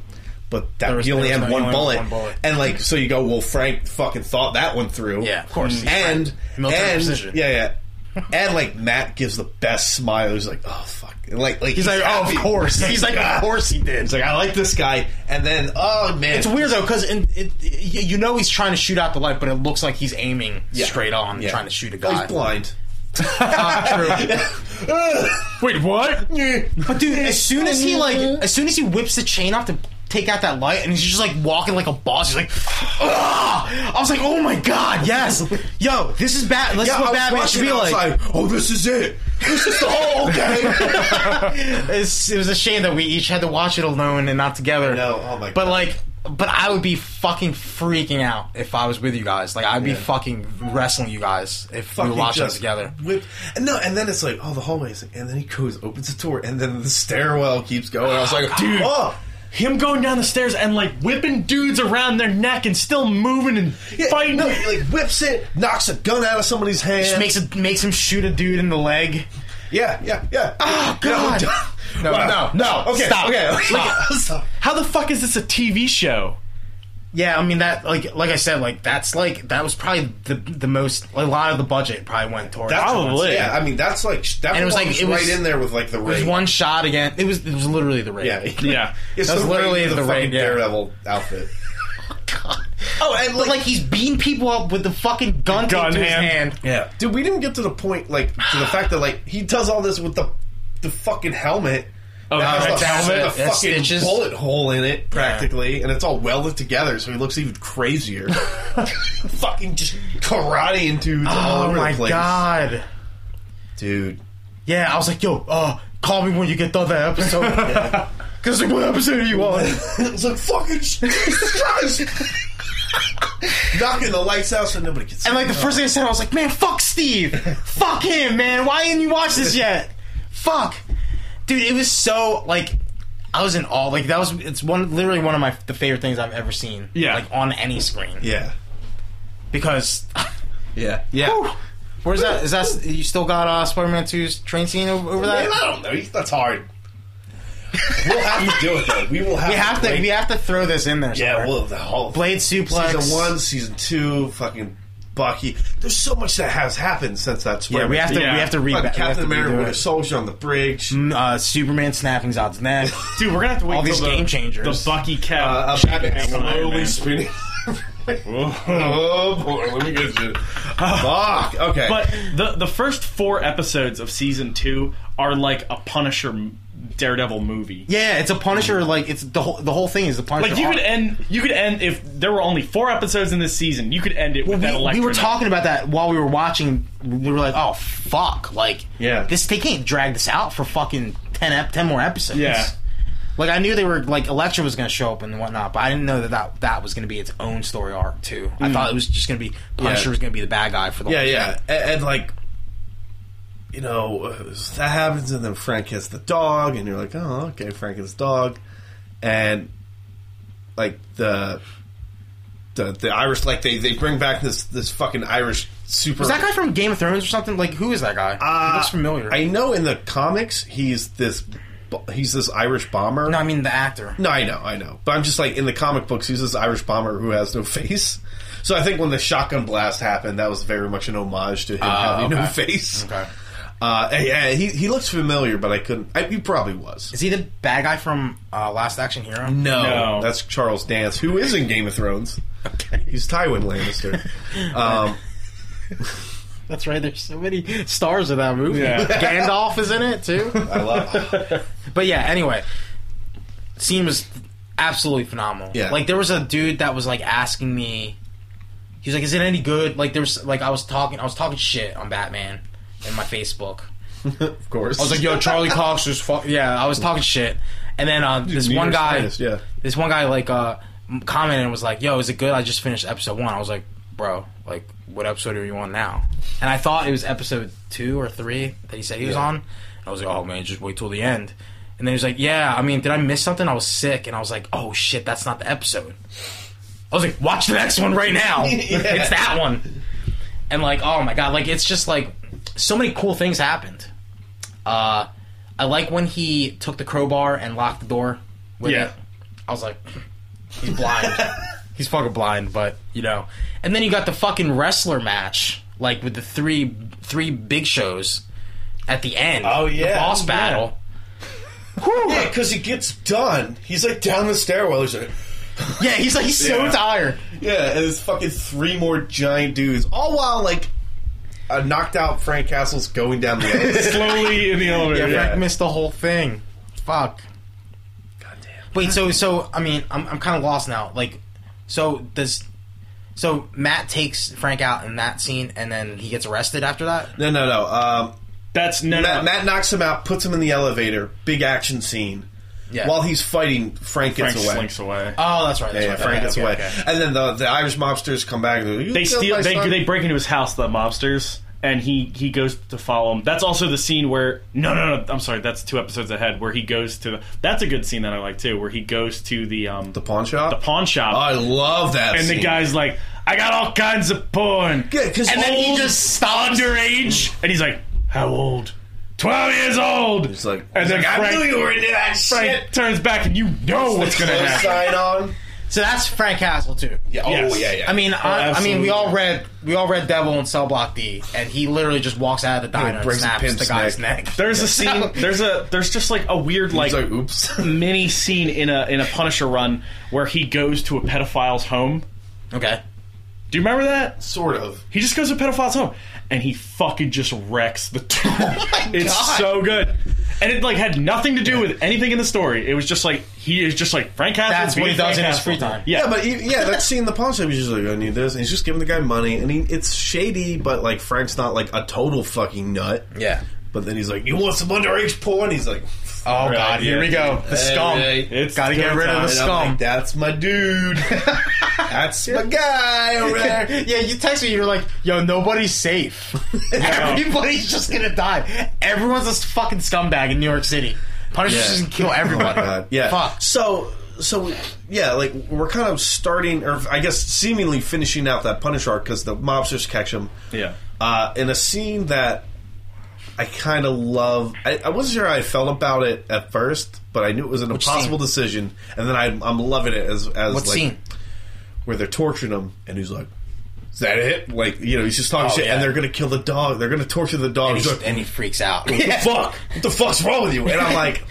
but that was- he only there had was one, only bullet. one bullet. And like, so you go, well, Frank fucking thought that one through. Mm-hmm. Yeah, of course. He's And Frank. Military and precision. yeah, yeah. And like Matt gives the best smile. He's like, oh fuck, And, like like He's like, oh, happy. of course. He's like, of course he did. He's like, "Ah." I like this guy. And then, oh man, It's weird though, because it, it, y- you know he's trying to shoot out the light, but it looks like he's aiming straight on, Yeah. trying to shoot a Oh, guy. He's blind. Wait, what? But dude, as soon as he like, Mm-hmm. as soon as he whips the chain off to take out that light, and he's just like walking like a boss. He's like, ah! I was like, oh my god, yes, yo, this is bad. This is I what was Batman should watching it, be I was like. like, oh, this is it. This is the oh, whole game. It's, it was a shame that we each had to watch it alone and not together. know, oh my but God. like, but I would be fucking freaking out if I was with you guys. Like, I'd be fucking wrestling you guys if we were fucking watching it just together. Whip. And no, and then it's like, oh, the hallways, and then he goes, opens the door, and then the stairwell keeps going. I was like, dude, oh, Him going down the stairs and like whipping dudes around their neck and still moving and yeah, fighting. no, he, like whips it, knocks a gun out of somebody's hand. Just makes it makes him shoot a dude in the leg. yeah, yeah, yeah. Oh, God. No, No, no, no. Okay, Stop. okay, okay. Stop. Stop. How the fuck is this a TV show? Yeah, I mean that like like I said like that's like that was probably the the most a lot of the budget probably went towards. That's- Probably. Yeah, I mean that's like that And it was one like- was it was- right in there with like the it was raid. one shot again. It was it was literally the raid. yeah, Yeah. It's That was the literally raid, with the fucking raid, yeah. Daredevil outfit. God. Oh, and But like he's beating people up with the fucking gun, Gun taped to his hand. hand. Yeah, dude, we didn't get to the point like to the fact that like he does all this with the the fucking helmet. Oh, no, that it's has the, helmet, the that's fucking stitches. bullet hole in it practically, and it's all welded together, so he looks even crazier. fucking just karate into all Oh over my the place, god. dude. Yeah, I was like, yo, uh, call me when you get done that episode. Because like, what episode are you on? It's like fucking Jesus Christ. Knocking the lights out so nobody can see. And like the first thing I said, I was like, man, fuck Steve, fuck him, man. Why didn't you watch this yet? Fuck, dude. It was so like I was in awe. Like that was it's one literally one of my the favorite things I've ever seen. Yeah. like on any screen. yeah, because yeah, yeah. Whew. where's that? Is that you still got uh, Spider-Man 2's train scene over, over Man, that? I don't know. He's- That's hard. We'll have to do it though. We will have. We have to break- we have to throw this in there. Somewhere. Yeah, well, the whole Blade suplex. season one, season two, fucking Bucky. There's so much that has happened since that. Yeah, we have to Yeah. we have to read Fucking back. we have Captain to America, redo Winter it. Soldier on the bridge. Mm, uh, Superman snapping Zod's neck. Dude, we're gonna have to wait All until these the, game changers. the Bucky Kev. Uh, shit Batman happens on Iron slowly Man. spinning. oh boy, let me get you. Fuck. Okay. But the the first four episodes of season two are like a Punisher m- Daredevil movie. Yeah, it's a Punisher. Like it's the whole the whole thing is the Punisher. Like you arc. could end you could end if there were only four episodes in this season, you could end it with that we, we electric. were talking about that while we were watching. We were like, "Oh fuck!" Like, Yeah. this they can't drag this out for fucking ten ep- ten more episodes. Yeah. like I knew they were like Elektra was going to show up and whatnot, but I didn't know that that, that was going to be its own story arc too. I thought it was just going to be Punisher Mm. Yeah. was going to be the bad guy for the yeah, whole yeah, and, and like. You know uh, that happens, and then Frank gets the dog, and you're like, "Oh, okay, Frank is dog," and like the the the Irish, like they they bring back this this fucking Irish super. Was that guy from Game of Thrones or something? Like, who is that guy? Uh, he looks familiar. I know in the comics he's this he's this Irish bomber. no, I mean the actor. No, I know, I know. But I'm just like in the comic books he's this Irish bomber who has no face. So I think when the shotgun blast happened, that was very much an homage to him having no Ah, okay. face. Okay. Uh, and yeah, he he looks familiar, but I couldn't. I, he probably was. Is he the bad guy from uh, Last Action Hero? No. Oh, that's Charles Dance, who is in Game of Thrones. Okay, he's Tywin Lannister. um, That's right. There's so many stars in that movie. Yeah. Gandalf is in it too. I love. But yeah, anyway, scene was absolutely phenomenal. Yeah. like there was a dude that was like asking me, he was like, "Is it any good?" Like there was like I was talking, I was talking shit on Batman in my Facebook. Of course, I was like, "Yo, Charlie Cox was fu-. yeah." I was talking shit, and then uh, this one guy, yeah. this one guy like uh m- commented and was like, "Yo, is it good? I just finished episode one." I was like, "Bro, like, what episode are you on now?" And I thought it was episode two or three that he said he was Yeah. on. I was like, "Oh man, just wait till the end." And then he was like, "Yeah, I mean, did I miss something? I was sick." And I was like, "Oh shit, that's not the episode." I was like, "Watch the next one right now. It's that one." And like, oh my god, like it's just like so many cool things happened. Uh, I like when he took the crowbar and locked the door. With Yeah. it. I was like, he's blind. he's fucking blind, but you know. And then you got the fucking wrestler match, like with the three three big shows at the end. Oh, yeah. the boss Oh, yeah. battle. Yeah, because he gets done. He's like down the stairwell. He's like, Yeah, he's like he's so Yeah. tired. yeah, and there's fucking three more giant dudes, all while like a knocked out Frank Castle's going down the elevator. slowly in the elevator. Yeah. Frank missed the whole thing. Fuck. Goddamn. Wait, so so I mean, I'm I'm kind of lost now. Like, so does so Matt takes Frank out in that scene, and then he gets arrested after that. No, no, no. Um, That's no, no. Matt, Matt knocks him out, puts him in the elevator. Big action scene. Yeah. While he's fighting, Frank gets Frank away. slinks away. Oh, that's right. Yeah, That's yeah, right. Frank Okay, gets okay, away. okay. And then the, the Irish mobsters come back. And they're like, "You they killed steal. my They, son." they break into his house, the mobsters, and he he goes to follow him. That's also the scene where no, no, no. I'm sorry. That's two episodes ahead where he goes to. The, that's a good scene that I like too, where he goes to the um the pawn shop. the pawn shop, I love that. and the guy's like, "I got all kinds of porn." Yeah, 'cause and then he old- just stops underage, and he's like, "How old?" Twelve years old. It's like, and he's then like, I Frank, knew you were into that Frank shit. "Oh, turns back, and you know what's gonna Close happen. sign on. So that's Frank Castle too. Yeah. Oh Yes. yeah, yeah. I mean, I, I mean, absolutely. we all read we all read Devil and Cell Block D, and he literally just walks out of the diner and breaks a snaps pimp's the guy's neck. neck. There's a scene. There's a there's just like a weird like, mm, He's like, oops. mini scene in a in a Punisher run where he goes to a pedophile's home. Okay. Do you remember that? sort of. He just goes to a pedophile's home and he fucking just wrecks the tour. it's Oh God. so good. And it like had nothing to do with anything in the story. It was just like he is just like Frank Castle. That's what being he does Frank in his Castle. free time. Yeah, Yeah, but he, yeah, that scene in the pawn shop, he's just like, I need this. And he's just giving the guy money. And he, it's shady, but like Frank's not like a total fucking nut. Yeah. But then he's like, you want some underage porn? He's like, Oh God, here we go. The scum. Hey, hey. it's Gotta get good rid time. of the And I'm like, scum. That's my dude. That's my guy over there. yeah, you text me. You're like, yo, nobody's safe. Everybody's just gonna die. Everyone's a fucking scumbag in New York City. Punisher Yeah. Oh just can kill everybody. God, Uh, yeah. Fuck. So, so yeah, like we're kind of starting, or I guess seemingly finishing out that Punisher arc because the mobsters catch him. Yeah. Uh, in a scene that I kind of love. I, I wasn't sure how I felt about it at first, but I knew it was an impossible scene? decision, and then I, I'm loving it as as What like scene? where they're torturing him, and he's like. Is that it? Like you know, he's just talking Oh, shit, yeah. and they're gonna kill the dog. They're gonna torture the dog. And, He's he, like, and he freaks out. what the fuck? What the fuck's wrong with you? And I'm like,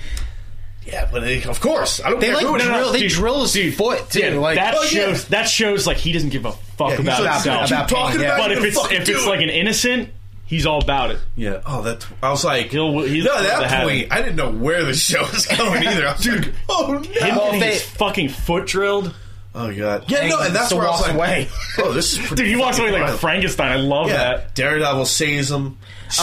yeah, but they, of course, I don't They care like who it is. drill. they dude, drill his foot too. Yeah, like that oh, yeah. shows that shows like he doesn't give a fuck Yeah, he's about like, himself. "Keep about talking pain, yeah. about but if it, you're it's gonna if fucking it's do like it." an innocent, he's all about it. yeah, oh, that I was like, He'll- he's no, at the that hat. point, I didn't know where the show was going either. I was like, oh no, Him Well, getting they- his fucking foot drilled. oh god, yeah, And no, he and that's still where I was walks like, away. oh, this is pretty Dude, he walks away fucking like wild. Frankenstein. I love Yeah, that. Daredevil saves him.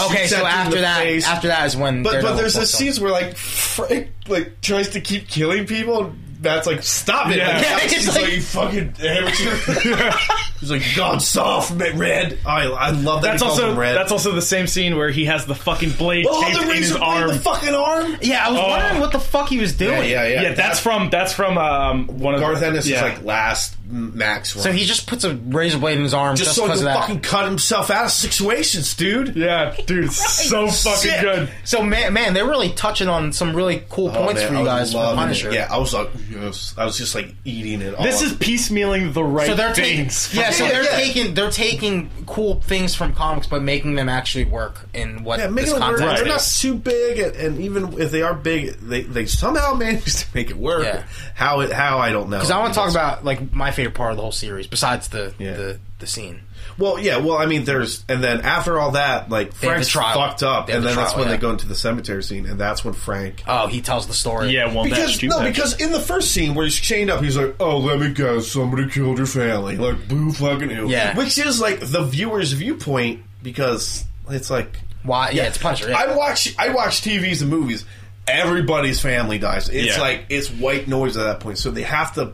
okay, shoots at so him in after the that, face. after that is when. But but Daredevil there's walks this up. scenes where like Frank like tries to keep killing people. and That's like stop it. Yeah. Like, Yeah, he's he's like, like- you fucking amateur. he's like God soft man, red. I I love that. That's he calls also him red. that's also the same scene where he has the fucking blade oh taped the in his razor blade, arm. the fucking arm. Yeah, I was Oh. wondering what the fuck he was doing. yeah, that's from that's from um, one of Garth Ennis yeah. is like last m- max. Run. So he just puts a razor blade in his arm just just so he because can of that. fucking cut himself out of situations, dude. yeah, dude, it's so fucking Sick. good. So man, man, they're really touching on some really cool Oh, points man, for I you was guys for loving it. Punisher. Yeah, I was like, yes. I was just like eating it. All This up. is piecemealing the right So they're taking things. yeah, so Yeah, they're yeah. taking they're taking cool things from comics but making them actually work in what Yeah, make this it work. context They're not is. too big, and, and even if they are big, they, they somehow manage to make it work. Yeah. How it how I don't know. Because I want to talk about like my favorite part of the whole series besides the Yeah. the, the scene. Well, yeah. Well, I mean, there's and then after all that, like have the Frank's trial. fucked up, They have and the then that's trial, when they yeah. go into the cemetery scene, and that's when Frank. Oh, he tells the story. Yeah, well, that's Because too no, bad. because in the first scene where he's chained up, he's like, "Oh, let me guess, somebody killed your family." Like, boo, fucking ew. Yeah. which is like the viewer's viewpoint because it's like why? Yeah, it's Punisher. Yeah. I watch I watch TVs and movies. Everybody's family dies. It's Yeah. like it's white noise at that point. So they have to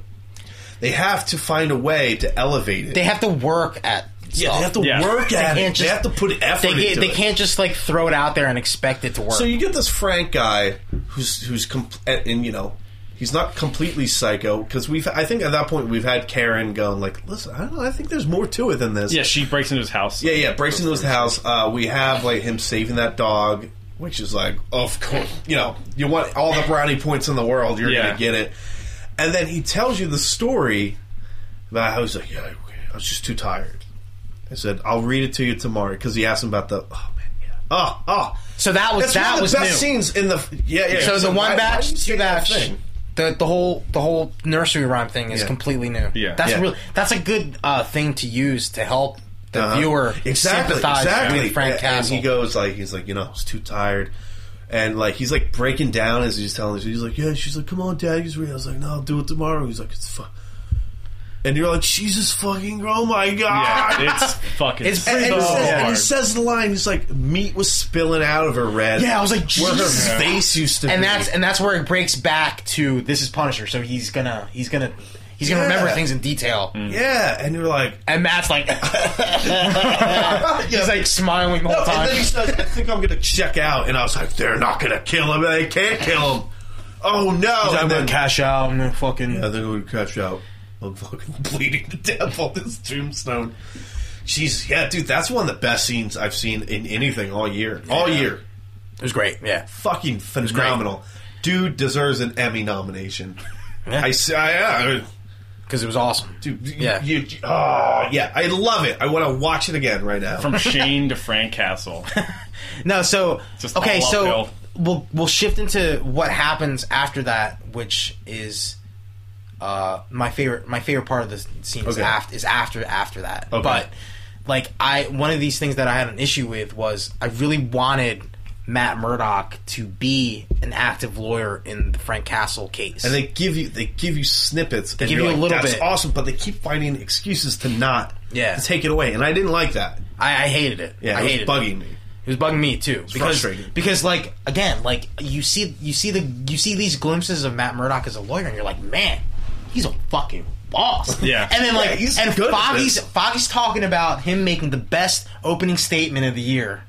they have to find a way to elevate it. they have to work at. yeah, they have to Yeah. work at it. can't they just- have to put effort They, get, into they it. can't just like throw it out there and expect it to work. So you get this Frank guy who's who's compl- and, and you know he's not completely psycho because we've I think at that point we've had Karen going like listen I don't know, I think there's more to it than this yeah, she breaks into his house. Yeah, yeah. Breaks into his house. Uh, we have like him saving that dog, which is like, of course, you know, you want all the brownie points in the world. You're Yeah. gonna get it. And then he tells you the story about how he's like, yeah, I was just too tired. I said, I'll read it to you tomorrow because he asked him about the. Oh man, yeah. Oh, oh. So that was That's that one of the was best new. scenes in the. Yeah, yeah. So He's the like, one why- why did you batch, two take that batch, thing? the the whole the whole nursery rhyme thing is Yeah. completely new. Yeah. that's Yeah. really that's a good uh, thing to use to help the Uh-huh. viewer sympathize with Frank and, Castle. And he goes like, he's like, you know, I was too tired. And like he's like breaking down as he's telling us. He's like, yeah. She's like, come on, Dad. He's real. I was like, no, I'll do it tomorrow. He's like, it's fun. And you're like, Jesus fucking, oh my god. Yeah, it's fucking It's so And, and he says, and he hard. says the line. He's like, meat was spilling out of her red. yeah, I was like, where her Jesus. face used to. And be. that's and that's where it breaks back to this is Punisher. So he's gonna he's gonna he's gonna Yeah. Mm. remember things in detail. yeah. And you're like, And Matt's like Yeah. he's like smiling the whole No, and time. then he says, I think I'm going to check out. And I was like, they're not going to kill him. They can't kill him. Oh, no. I'm And gonna then, cash out. I'm gonna fucking. I think we catch out. I'm fucking bleeding to death on this tombstone. Jeez, yeah, dude, that's one of the best scenes I've seen in anything all year. All year. It was great. Yeah. Fucking phenomenal. Dude deserves an Emmy nomination. I, s- I, I, because it was awesome. Dude, you- Yeah. You, oh, yeah. I love it. I want to watch it again right now. From Shane to Frank Castle. No, so Just okay, all so uphill. we'll we'll shift into what happens after that, which is uh my favorite my favorite part of the scene is Okay. after is after after that. Okay. But like I one of these things that I had an issue with was I really wanted Matt Murdock to be an active lawyer in the Frank Castle case. and they give you they give you snippets. They and give you're you a like, little That's bit." awesome, but they keep finding excuses to not Yeah. to take it away, and I didn't like that. I, I hated it. Yeah, I it was hated bugging me. It was bugging me too. because frustrating. because like again, like you see you see the you see these glimpses of Matt Murdock as a lawyer, and you're like, man, he's a fucking boss. Yeah. And then Yeah, like he's and good at Foggy's this. Foggy's talking about him making the best opening statement of the year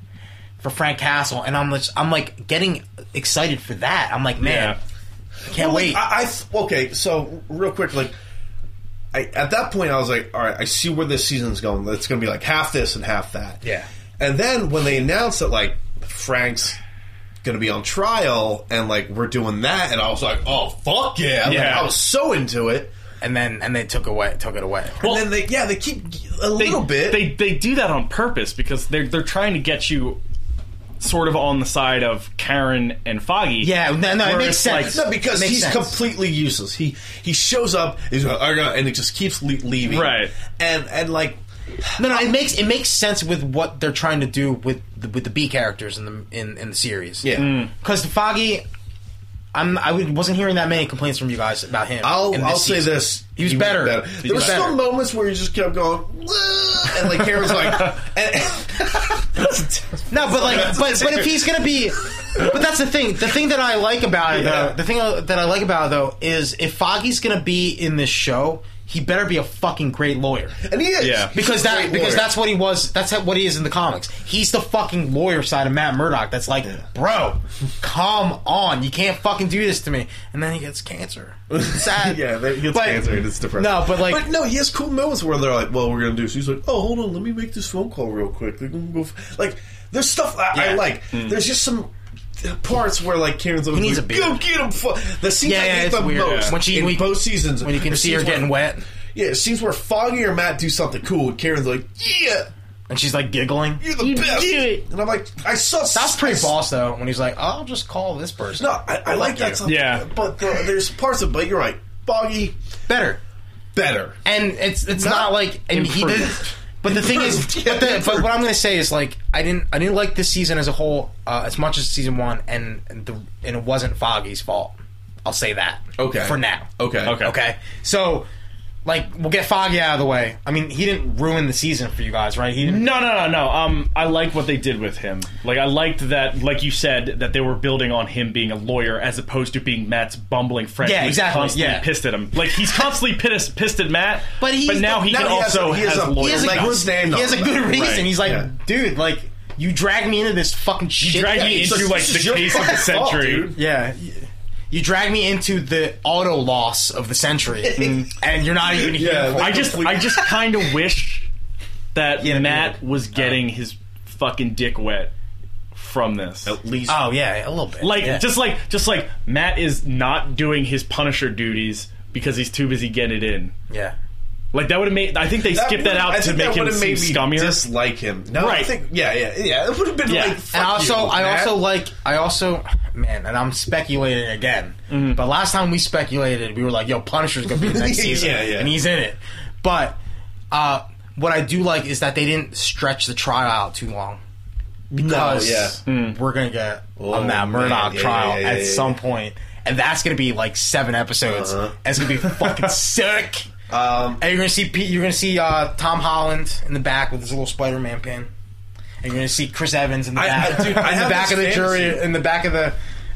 for Frank Castle, and I'm just, I'm like getting excited for that. I'm like, man, I can't Well, wait. like, I, I okay. So real quick, like. I, at that point, I was like, "All right, I see where this season's going. It's going to be like half this and half that." Yeah. And then when they announced that, like Frank's going to be on trial, and like we're doing that, and I was like, "Oh fuck yeah!" Like, Yeah. I was so into it. and then and they took away took it away. and then they, yeah, they keep a little bit. They they do that on purpose because they're they're trying to get you sort of on the side of Karen and Foggy. yeah, no, no, it Where makes it's like- sense. No, because Makes he's sense. completely useless. He he shows up, he's like, "I got," and it just keeps le- leaving. Right. And and like No, no, it makes it makes sense with what they're trying to do with the, with the B characters in the in, in the series. yeah, because Foggy, I'm I would- wasn't hearing that many complaints from you guys about him. I'll in I'll season. say this: He was better. He There were was still better. moments where he just kept going, "Wah," and like Karen's like, and, No, but like, That's but but terrible. if he's gonna be, but that's the thing. The thing that I like about it, Yeah. though, the thing that I like about it though is if Foggy's gonna be in this show, he better be a fucking great lawyer. and he is Yeah. He's Because a that great because lawyer. that's what he was that's what he is in the comics. He's the fucking lawyer side of Matt Murdock. That's like, bro, come on, you can't fucking do this to me. And then he gets cancer. It's Sad. yeah, that he gets But- cancer and it's depressing. No, but like, But no, he has cool moments where they're like, "Well, we're gonna do." this." He's like, "Oh, hold on, let me make this phone call real quick." Like, I'm gonna go f-. like there's stuff I, I Yeah. Mm. like. There's just some parts where like Karen's always needs like, a beard. "Go get him!" Fu-. The scenes Yeah, I yeah, hate it's the weird. most When she- in when- both seasons when you can are see her scenes where- getting wet Yeah, scenes where Foggy or Matt do something cool, and Karen's like, "Yeah, and she's like giggling. you're the best," and I'm like, "I saw That's pretty I, boss though. When he's like, I'll just call this person. No, I, I like that. Stuff, Yeah. but the, there's parts of. But you're right, Foggy better. better. and it's it's Not not, like and he improved. did. But the thing is, Improved, yeah, but, the, but improved. what I'm going to say is like I didn't I didn't like this season as a whole uh, as much as season one, and the and it wasn't Foggy's fault. I'll say that. Okay. For now. Okay. Okay. Okay. So. Like we'll get Foggy out of the way. I mean, he didn't ruin the season for you guys, right? He didn't. No, no, no, no. Um, I like what they did with him. Like, I liked that, like you said, that they were building on him being a lawyer as opposed to being Matt's bumbling friend. Yeah, who's exactly, Constantly yeah. pissed at him. Like he's constantly pissed, pissed at Matt. But he's- now he now can he has also a- he has has, a- lawyer. he has a Like, good who's named He has a on good that? reason. Right, He's like, yeah. dude, like you dragged me into this fucking shit. Drag Yeah, me it's into like- like this the is your case of the fucking fault, century. dude. Yeah. You drag me into the auto loss of the century, and you're not even here. Yeah, for it. I just, I just kind of wish that Yeah, Matt dude. was getting his fucking dick wet from this. At least Oh yeah, a little bit. Like Yeah. just like just like Matt is not doing his Punisher duties because he's too busy getting it in. yeah. Like that would have made. I think they skipped that would've- out I to think make that him would've seem made me scummier. Dislike him. No, I Right. think yeah, yeah, yeah. It would have been Yeah. like. Fuck And also, you, I Matt. also like, I also, man, and I'm speculating again. Mm-hmm. But last time we speculated, we were like, "Yo, Punisher's gonna be the next Yeah, season," yeah. and he's in it. But uh, what I do like is that they didn't stretch the trial out too long because yeah. Mm. we're gonna get Oh, a Matt man. Murdock Yeah, trial yeah, yeah, at yeah, some yeah. point, and that's gonna be like seven episodes. Uh-huh. And it's gonna be fucking sick. Um, And you're gonna see Pete, you're gonna see uh, Tom Holland in the back with his little Spider-Man pin. And you're gonna see Chris Evans in the I- back, I- dude, I in have the back this of the jury, fantasy. in the back of the.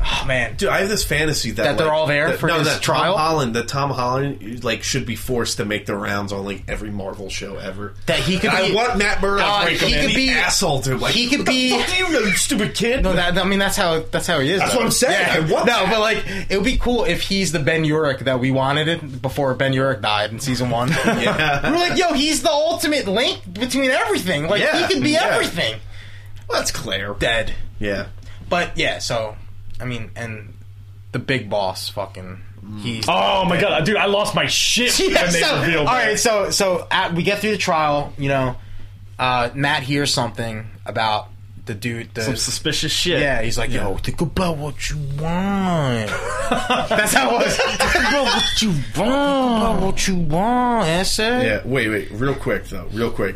Oh man, Dude, I have this fantasy that, That they're like, all there that- for no, his that trial? Tom Holland, that Tom Holland like should be forced to make the rounds on like every Marvel show ever. that he could. And I be, want Matt Murdock God, to break he him in could be- the asshole to him. Like, he could "What the be- fuck do you know, you stupid kid. No, that, I mean that's how that's how he is. That's though. what I'm saying. I want no, that. but like it would be cool if he's the Ben Urich that we wanted it before Ben Urich died in season one. Yeah. We're like, yo, he's the ultimate link between everything. Like Yeah, he could be yeah. everything. well, that's Claire. Dead. yeah. But yeah, so I mean, and the big boss fucking He's Oh my god, dude, I lost my shit Yeah, when they so- revealed all that. right, so so uh, we get through the trial. You know, uh, Matt hears something about the dude. The, Some suspicious shit. yeah, he's like, yo, think about what you want. That's how it was. think about what you want. Think about what you want, that's it. Yeah, wait, wait, real quick though, real quick.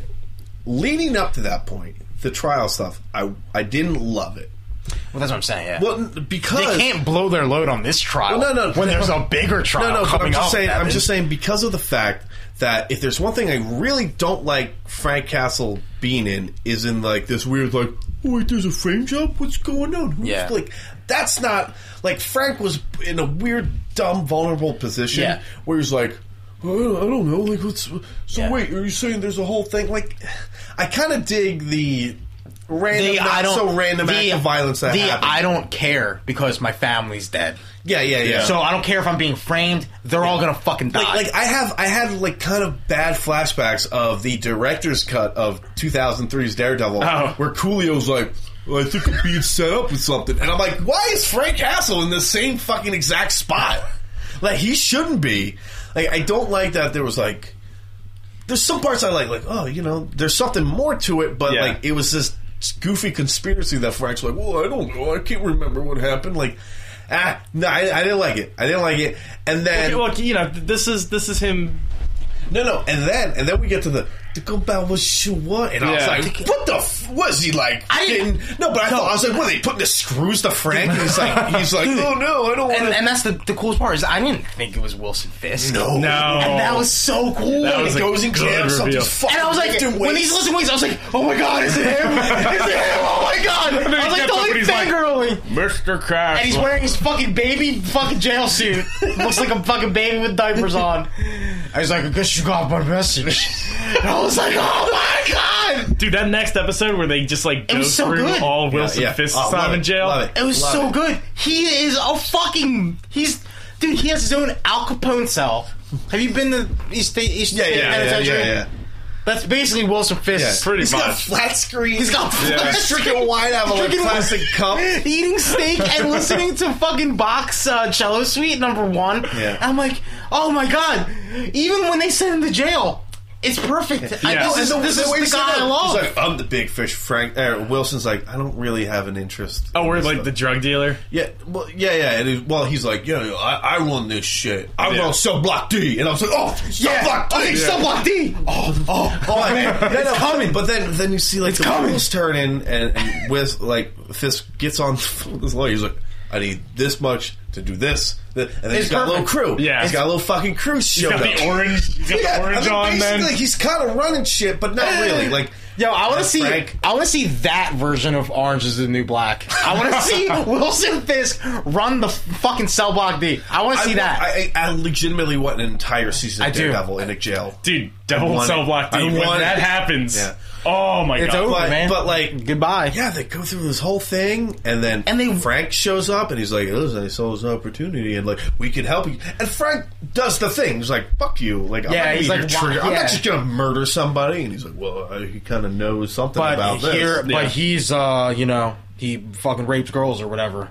Leading up to that point, the trial stuff, I I didn't love it. Well, that's what I'm saying. Yeah. Well, n- because they can't blow their load on this trial. Well, no, no, When there's a bigger trial No, no, but coming I'm just up, saying. I'm Evan. just saying because of the fact that if there's one thing I really don't like Frank Castle being in is in like this weird like wait there's a frame job what's going on Who's- Yeah. like that's not like Frank was in a weird dumb vulnerable position Yeah. where he's like "Oh, I don't know like what's so Yeah. wait are you saying there's a whole thing like I kind of dig the random The not I don't so random the, act of violence that the happened I don't care because my family's dead. yeah yeah yeah So I don't care if I'm being framed. They're all gonna fucking die. like I have I had like kind of bad flashbacks of the director's cut of 2003's Daredevil Oh. where Coolio's like "Well, I think I'm being set up with something and I'm like why is Frank Castle in the same fucking exact spot like he shouldn't be like I don't like that there was like there's some parts I like like oh you know there's something more to it but Yeah. like it was this goofy conspiracy that Frank's like well I don't know I can't remember what happened like ah no I, I didn't like it I didn't like it and then Look, you know, this is this is him. no, no, and then and then we get to the the go about what she want, and Yeah. I was like, what the f- was he like? I didn't- No, but I thought I was like, what are they putting the screws to Frank? And he's like, he's like, oh no, I don't want and, to. and that's the, the coolest part is I didn't think it was Wilson Fisk. no, No. And that was so cool. That That was was a goes and good jams reveal. something's fucking and I was like, lifting when weights. he's lifting weights, I was like, oh my god, is it him? is it him? Oh my god! I was like, gets up don't and leave he's like- finger only. Mr. Crash. And he's wearing his fucking baby fucking jail suit. Looks like a fucking baby with diapers on. I was like, I guess you got my message. And I was like, oh my god! Dude, that next episode where they just like go was so through good. all Wilson yeah. Fisk's Oh, love time in it, jail. love it. It was Love so it. good. He is a fucking. He's. Dude, he has his own Al Capone cell. Have you been to East State? East Yeah, State yeah, yeah, Penitentiary? yeah, yeah. That's basically Wilson Fisk. Pretty He's got much. flat screen. He's got flat He's screen. drinking wine out of a like, Drinking wine. plastic cup. eating steak and listening to fucking Bach's uh, cello suite number one. Yeah. I'm like, oh my god! Even when they send him to jail, it's perfect. I, Yeah. this is, Oh, And this way he is the said guy that, I love. He's like, I'm the big fish. Frank er, Wilson's like, I don't really have an interest. Oh, we're in this like the drug dealer. Yeah, well, yeah, yeah. And it, well, he's like, yeah, yeah, I, I run this shit. I Yeah. run sub block D, and I was like, oh, sub block D, okay, Yeah. sub block D. Oh, oh, oh, man, no, no, coming. But then, then you see like the coming. wheels turning, and, and with like Fisk gets on this lawyer. He's like, I need this much to do this, th- and then It's he's got a little perfect. crew. Yeah. he's got a little fucking crew showed Got up. the orange, he's got yeah, the orange I mean, on basically, then. like, he's kind of running shit, but not really. Like, Yo, I want to That's see. Frank. I want to see that version of Orange Is the New Black. I want to see Wilson Fisk run the fucking cell block D. I want to see I, that. I, I I legitimately want an entire season I of do. Daredevil in a jail. Dude, double want cell it. block I D. When want that it. happens, Yeah. oh my it's god. over, But, man. but like, goodbye. Yeah, they go through this whole thing, and then And they- Frank shows up, and he's like, "Listen, I saw this opportunity, and like we could help you." And Frank does the thing. He's like, "Fuck you!" Like, I'm Yeah, not gonna he's be like, your "Why- trigger. I'm yeah." not just gonna murder somebody. And he's like, "Well, I, he kind of knows something but about this." here, Yeah. but he's uh, you know, he fucking rapes girls or whatever.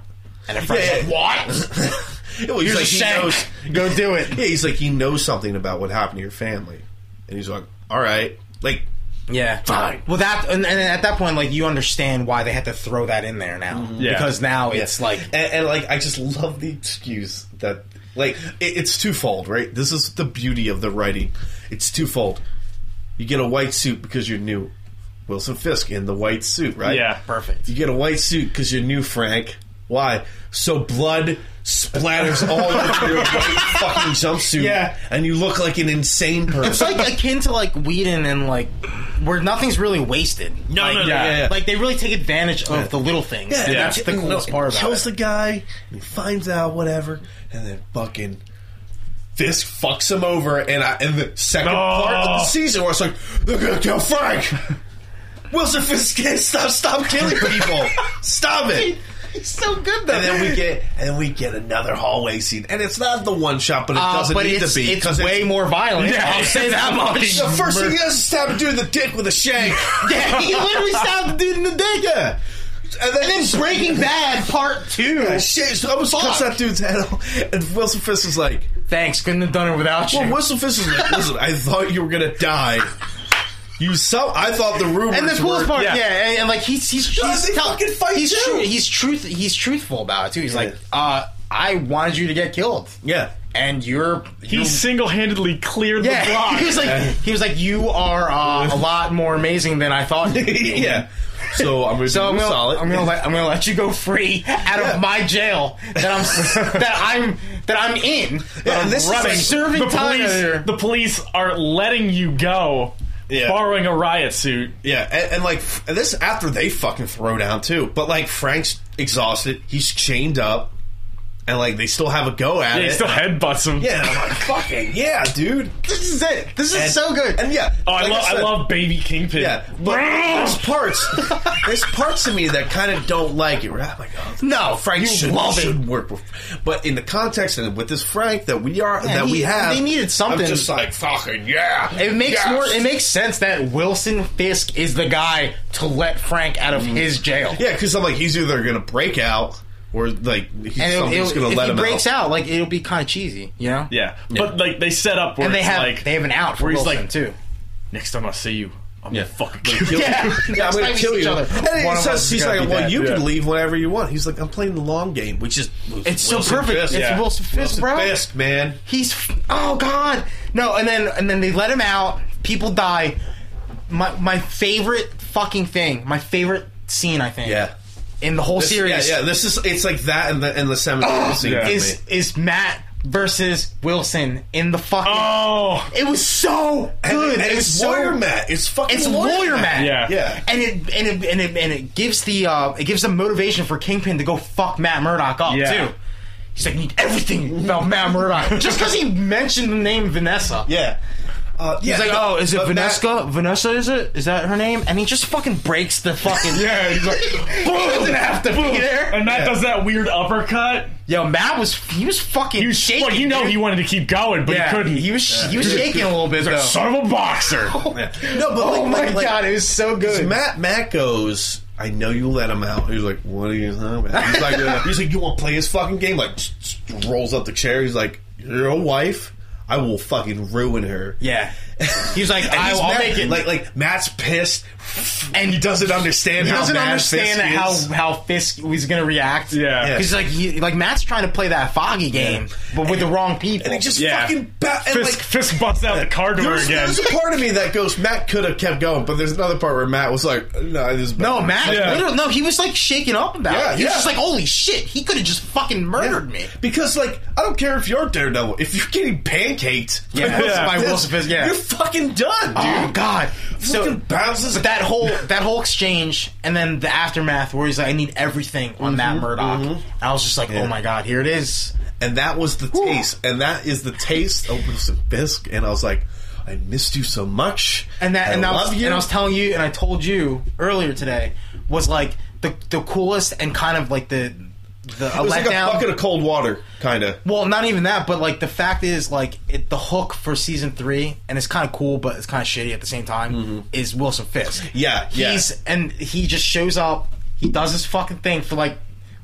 And if Yeah, yeah. Frank's like, what? well, he's Here's like, a he shank. knows. Go do it. Yeah, he's like, he knows something about what happened to your family, and he's like, "All right, like." Yeah. Fine. Well, that and, and at that point, like you understand why they had to throw that in there now, Mm-hmm. Yeah. because now it's like and, and like I just love the excuse that like it, it's twofold, right? This is the beauty of the writing. It's twofold. You get a white suit because you're new, Wilson Fisk in the white suit, right? Yeah. perfect. You get a white suit because you're new, Frank. Why? So blood splatters all over your white fucking jumpsuit, Yeah. and you look like an insane person. It's like akin to like Whedon and like where nothing's really wasted. No, like, no, no, yeah, yeah. Like they really take advantage of the little things. and and that's it- the and coolest no, part it about Kills it. the guy, and he finds out whatever, and then fucking Fisk fucks him over, and I and the second No. part of the season where it's like they're gonna kill Frank. Wilson Fisk, can't stop, stop killing people, stop it. He's so good though. And then we get and then we get another hallway scene, and it's not the one shot, but it Uh, doesn't but need it's, to be it's way more violent. Yeah, I'll say that much. The first thing he does is stab a dude in the dick with a shank. yeah, he literally stabbed the dude in the dick. Yeah. And then, And then Breaking Bad Part Two. Oh, shit, so I was cuts that dude's head off, and Wilson Fisk is like, Thanks, couldn't have done it without you. well, Wilson Fisk is like, listen, I thought you were gonna die. You so I thought the rumors and the coolest were- part, yeah. yeah, and, and, like he's he's Yeah, he's, they fucking fight he's, too. tru- he's truth he's truthful about it too. He's Yeah. like, uh, I wanted you to get killed, Yeah, and you're He you're- single-handedly cleared the yeah. block. He was like he was like you are uh, a lot more amazing than I thought. You would be." yeah. So I'm gonna So do I'm gonna, solid. I'm gonna let I'm gonna let you go free out of my jail that I'm s- that I'm that I'm in. That Yeah, I'm this is running, like serving the time. police, here. the police are letting you go, Yeah. borrowing a riot suit. Yeah, and, and like f- and this is after they fucking throw down too. But like Frank's exhausted, he's chained up, and like they still have a go at Yeah, it. he still headbutts him. yeah, and I'm like fucking yeah, dude. This is it. This is And- so good. And yeah, Oh, I like love, I, said- love Baby Kingpin. Yeah, but there's parts, there's parts of me that kind of don't like it. Right? I'm like, oh, no, Frank you should, love it. should work with, but in the context and with this Frank that we are that he- we have, they needed something. I'm just like fucking yeah. It makes yes. more. It makes sense that Wilson Fisk is the guy to let Frank out of his jail. yeah, because I'm like he's either gonna break out or like he's and it'll, somebody's it'll- gonna if let he him breaks out. like it'll be kind of cheesy, you know. Yeah. But like they set up where and they it's have like they have an out for where he's Wilson like- too. next time I see you, I'm Yeah. gonna fucking kill you. Yeah, Yeah, I'm gonna Next time we kill see each you. other, And he one of us says, is he's gonna like, be well, dead. you Yeah. can leave whenever you want. He's like, I'm playing the long game, which is It's so Wilson perfect. Fisk. It's Yeah. Wilson Fisk, Wilson bro. Fisk, man. He's oh god no, and then and then they let him out. People die. My my favorite fucking thing. My favorite scene, I think. Yeah. In the whole This- series, Yeah, yeah. This is it's like that and the and the cemetery scene yeah. for is me. is Matt versus Wilson in the fucking. Oh It was so And- good. And, it was it's so, lawyer Matt. It's fucking It's lawyer Matt. Yeah. Yeah. And it and it and it and it gives the uh, it gives the motivation for Kingpin to go fuck Matt Murdock up Yeah. too. He's like, need everything about Matt Murdock just because he mentioned the name Vanessa. Yeah. Uh, yeah, He's like, but- oh, is it but Vanessa? Matt- Vanessa, is it? Is that her name? And he just fucking breaks the fucking. yeah, he's like doesn't have to be there. And Matt does that weird uppercut. Yo, Matt was he was fucking You shaking. well, you know dude. he wanted to keep going, but yeah, he couldn't. He was he was shaking a little bit though. son of a boxer. Yeah. No, but oh like, my like- like, god, it was so good. Matt Matt goes. I know you let him out. He's like, what are you talking about? He's like, uh, he's like, you want to play his fucking game? Like, s- s- rolls up the chair. He's like, your wife, I will fucking ruin her. yeah, he was like, And I, he's I'll mad- make it. Like, like Matt's pissed, and he doesn't understand. he how doesn't mad understand Fisk how is. how Fisk was going to react. Yeah. Yeah. because like he, like Matt's trying to play that foggy game, but with the wrong people. and he just Yeah. fucking ba- and Fist, like. fist busts out the car door There's, again. there's a part of me that goes, Matt could have kept going, but there's another part where Matt was like, "No, this is bad." no, Matt. Yeah. literally- no, he was like shaken up about Yeah, it. He was yeah. just like, "Holy shit, he could have just fucking murdered me." Because like I don't care if you're Daredevil, if you're getting pancaked, Yeah. by Wilson Yeah. By Fisk, Wilson Fisk, yeah. you're fucking done, dude. Oh God! fucking So, bounces. but that whole that whole exchange, and then the aftermath, where he's like, "I need everything on Mm-hmm, Matt Murdock." I was just like, "Oh my God, here it is." and that was the taste, and that is the taste of Wilson Fisk. And I was like, I missed you so much, and that I and I, love was, you. and I was telling you and I told you earlier today was like the the coolest and kind of like the the a it was like a letdown. bucket of cold water, kind of. well, not even that, but like the fact is like it, the hook for season three, and it's kind of cool, but it's kind of shitty at the same time. Is Wilson Fisk? Mm-hmm. Yeah, yeah. he's and he just shows up. He does his fucking thing for like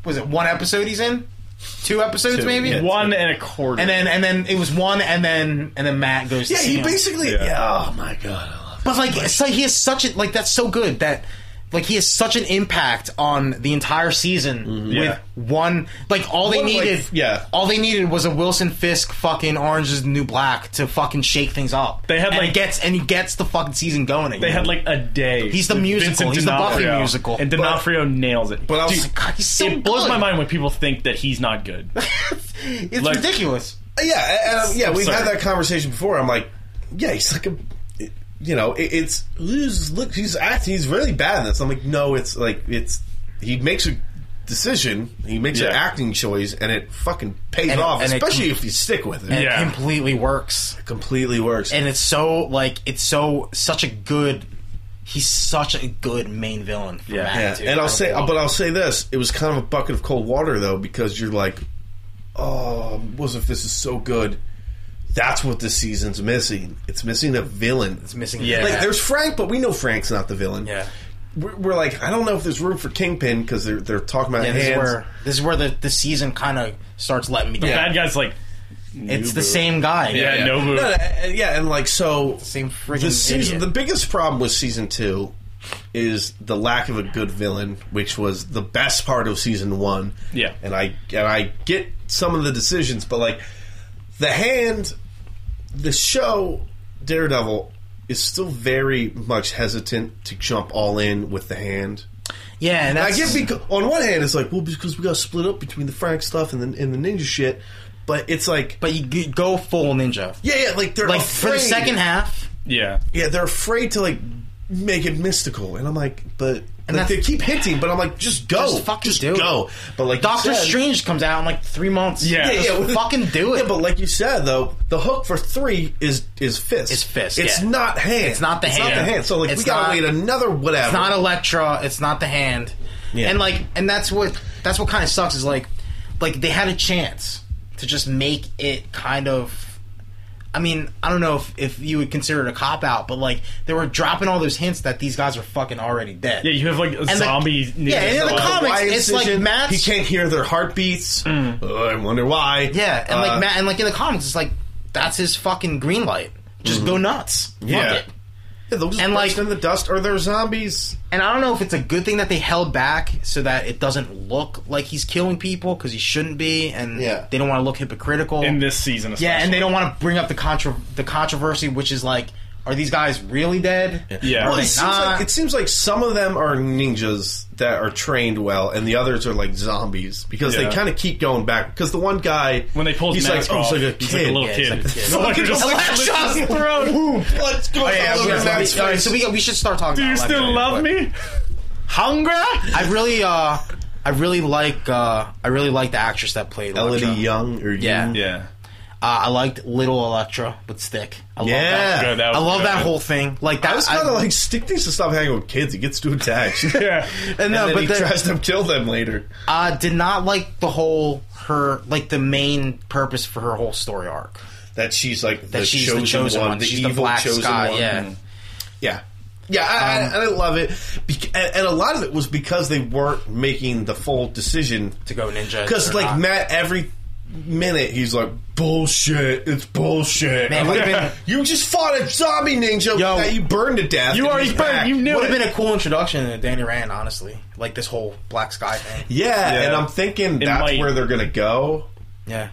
was it one episode he's in, two episodes Two, maybe, yeah. One and a quarter. and then and then it was one, and then and then Matt goes. Yeah, to see he him. basically. Yeah. Yeah. Oh my god, I love it. But like, it's like he has such a like that's so good that like he has such an impact on the entire season with Mm-hmm. Yeah. one like all they One, like, needed yeah. all they needed was a Wilson Fisk fucking Orange is the New Black to fucking shake things up. They had, and like- it gets and he gets the fucking season going again. they had like a day. He's the With musical. He's the Buffy musical. And But- D'Onofrio nails it. But I was, Dude, God, he's so it blows good. my mind when people think that he's not good. It's like- ridiculous. yeah, and, um, yeah, we've absurd. had that conversation before. I'm like, yeah, he's like a. You know, it, it's he's- look, he's acting. He's really bad in this. I'm like, no, it's like it's he makes a decision, he makes Yeah. an acting choice, and it fucking pays And it- off. and it especially com- if you stick with it, And Yeah. it completely works. it completely works. And it's so like it's so such a good he's such a good main villain for Yeah. Matt. Yeah, too. and I'll say, but I'll say this: it was kind of a bucket of cold water, though, because you're like, "Oh, was if this is so good." That's what this season's missing. It's missing a villain. it's missing Yeah. Like, Like, there's Frank, but we know Frank's not the villain. Yeah. we're, we're like, I don't know if there's room for Kingpin because they're they're talking about Yeah, this is hands. where this is where the, the season kind of starts letting me down. Yeah. Bad guy's like, It's the Nubu. same guy. Yeah, yeah. Nobu. No, no, uh, yeah, and like so, Same friggin' the season. idiot. The biggest problem with season two is the lack of a good villain, which was the best part of season one. Yeah. and I and I get some of the decisions, but like the hand, the show Daredevil is still very much hesitant to jump all in with the hand. yeah, and I that's, get because, on one hand, it's like well because we got split up between the Frank stuff and the and the ninja shit, but it's like. but you g- go full ninja. yeah, yeah, like they're Like afraid. for the second half, yeah. Yeah, they're afraid to like make it mystical, and I'm like, but And like, that's- they keep hinting, but I'm like, just go, Just fucking do it. go. But like you Doctor said- Strange comes out in like three months. Yeah. yeah, Just yeah, fucking do it. Yeah, but like you said though, the hook for three is is fist. It's fist, It's yeah. not hand. It's not the Not hand. the hand. So like we It's gotta not- wait another whatever. it's not Electra. It's not the hand. Yeah. And like, and that's what that's what kind of sucks is like, like they had a chance to just make it kind of. I mean, I don't know if, if you would consider it a cop out, but like they were dropping all those hints that these guys are fucking already dead. Yeah, you have like a the- zombie. yeah, and in the The comics, Wyatt it's like decision, Matt's- He can't hear their heartbeats. Oh, I wonder why. Yeah, and Uh, like Matt, and like in the comics, it's like that's his fucking green light. Just go nuts. Fuck Mm-hmm. Yeah. it. yeah, they'll just and, burst like- in the dust, or they're zombies. And I don't know if it's a good thing that they held back so that it doesn't look like he's killing people because he shouldn't be, and Yeah. they don't want to look hypocritical. in this season. Especially. yeah, and they don't want to bring up the contro- the controversy, which is like, are these guys really dead? Yeah. Well, Are it they seems, not? like, it seems like some of them are ninjas that are trained well, and the others are like zombies because Yeah. they kind of keep going back. Because the one guy, when they pull his he's like, mask oh, off, he's like a he's like a kid. little Yeah, he's kid. like a kid. No wonder Just just like, Electra! slits his throat. Let's go. Oh, yeah, we gotta- we- all right, so we, we should start talking. Do you about still Electra. love me? Hunger? I really, uh, I really like, uh, I really like the actress that played Electra. Elodie Young or Yeah. Young. Yeah. Uh, I liked Little Electra with Stick. I love Yeah. that. Good, that was I love good. that whole thing. Like that I was kind of like, Stick needs to stop hanging with kids. He gets too attached. Yeah. And no, and then but he then- tries to kill them later. I did not like the whole her like the main purpose for her whole story arc. That she's like the, That she's chosen the chosen one. one, the she's evil the black chosen sky. one. Yeah. Um, Yeah. Yeah, I, I, I love it. Bec- and, and a lot of it was because they weren't making the full decision To go ninja. Because, or like, not. Matt, every minute he's like, bullshit, it's bullshit. Man, I'm would've like, you just fought a zombie ninja Yo. that you burned to death. You and already he's burned, back. you knew would have it. been a cool introduction to Danny Rand, honestly. Like this whole black sky thing. Yeah, Yeah. and I'm thinking that's might- where they're going to go. Yeah.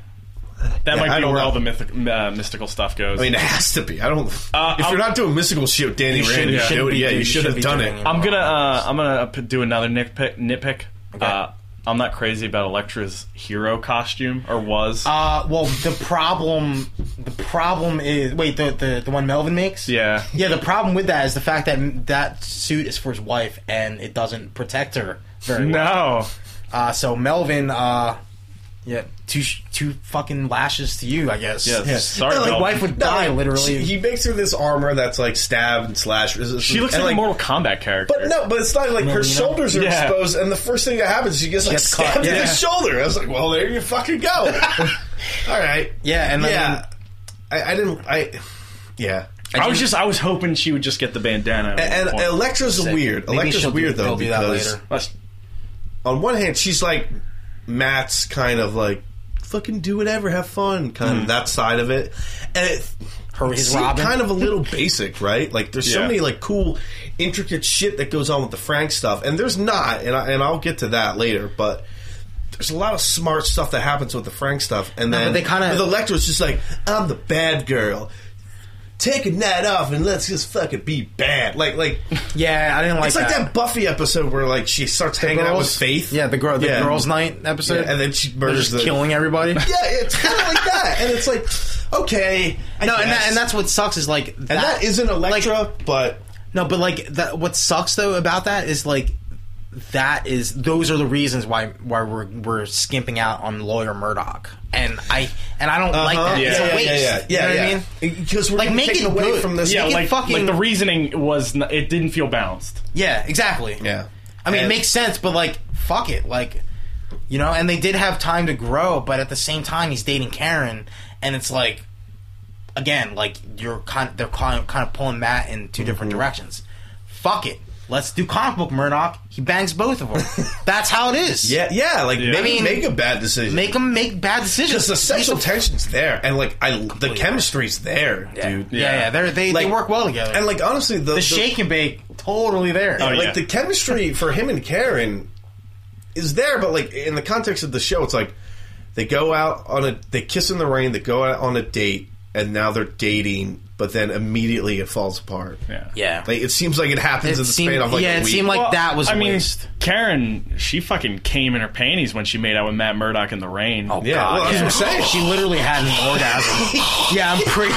That Yeah, I might be don't where know. all the mythic, uh, mystical stuff goes. I mean, it has to be. I don't. Uh, if you're I'll- not doing mystical shit with Danny shouldn't- you Rand, you should shouldn't it. be Yeah, doing- you you should have shouldn't done be it. doing it. I'm gonna uh, I'm gonna p- do another nitpick. nitpick. Uh, I'm not crazy about Elektra's hero costume, or was. Uh, well, the problem, the problem is wait the, the the one Melvin makes. yeah. Yeah, the problem with that is the fact that that suit is for his wife and it doesn't protect her very well. No. Uh, so Melvin, uh, yeah, two sh- two fucking lashes to you, I guess. Yes. Yeah. Sorry, My Melvin. wife would die No, literally. she- he makes her this armor that's like stab and slash. resistant. She looks And, like, a Mortal Kombat character. But no, but it's not like her shoulders are Yeah. exposed, and the first thing that happens, she gets like Gets caught, stabbed in yeah. the shoulder. I was like, well, there you fucking go. All right. yeah, and Yeah. I, I didn't. I. Yeah. I was just I was hoping she would just get the bandana. at And, one and point. Electra's weird. Maybe Electra's she'll do- weird though they'll do that because later. Let's- on one hand, she's like Matt's kind of like fucking do whatever, have fun, kind of that side of it, and it. Her- it his seemed Hmm. Robin. kind of a little basic, right? Like there's so Yeah. many like cool, intricate shit that goes on with the Frank stuff, and there's not, and I, and I'll get to that later, but. There's a lot of smart stuff that happens with the Frank stuff, and then but they kinda- with the lecturer is just like, "I'm the bad girl, taking that off, and let's just fucking be bad." Like, like yeah, I didn't like it's that. like that Buffy episode where like she starts hanging out with Girls- Faith. Yeah, the girl, the Yeah. girls' night episode, Yeah, and then she they're murders just the- killing everybody. Yeah, it's kind of like that, and it's like, okay, I No, and, guess. that, and that's what sucks is like that, and that isn't Electra, but No, but like that, what sucks though about that is like that is those are the reasons why why we're we're skimping out on lawyer Murdoch, and I and I don't like that. Uh-huh. it's a yeah, waste. yeah, yeah, you know yeah, what I yeah. mean? Because we're Like, gonna make take it away good. from this. yeah, Make it like fucking- like the reasoning was n it didn't feel balanced. Yeah, exactly. Yeah. I mean, And- it makes sense, but like, fuck it, like, you know. And they did have time to grow, but at the same time, he's dating Karen, and it's like, Mm-hmm. again, like you're kind, they're kind, kind of pulling Matt in 2 different directions. Fuck it, Let's do comic book Murdoch. He bangs both of them. That's how it is. Yeah, yeah. Like maybe I mean, make a bad decision. Make them make bad decisions. because the sexual tension's there, and like I, the chemistry's there, dude. yeah, yeah, they're, they Like- they work well together. And like honestly, the, the shake and bake, totally there. like Oh, yeah. the chemistry for him and Karen is there, but like in the context of the show, it's like they go out on a they kiss in the rain, they go out on a date, and now they're dating, but then immediately it falls apart. Yeah. yeah, Like it seems like it happens in it the seemed, span of like yeah, a it week. seemed like that was. I a mean, waste. Karen, she fucking came in her panties when she made out with Matt Murdock in the rain. Oh, yeah, well, that's what I'm saying. she literally had an orgasm. yeah, I'm pretty.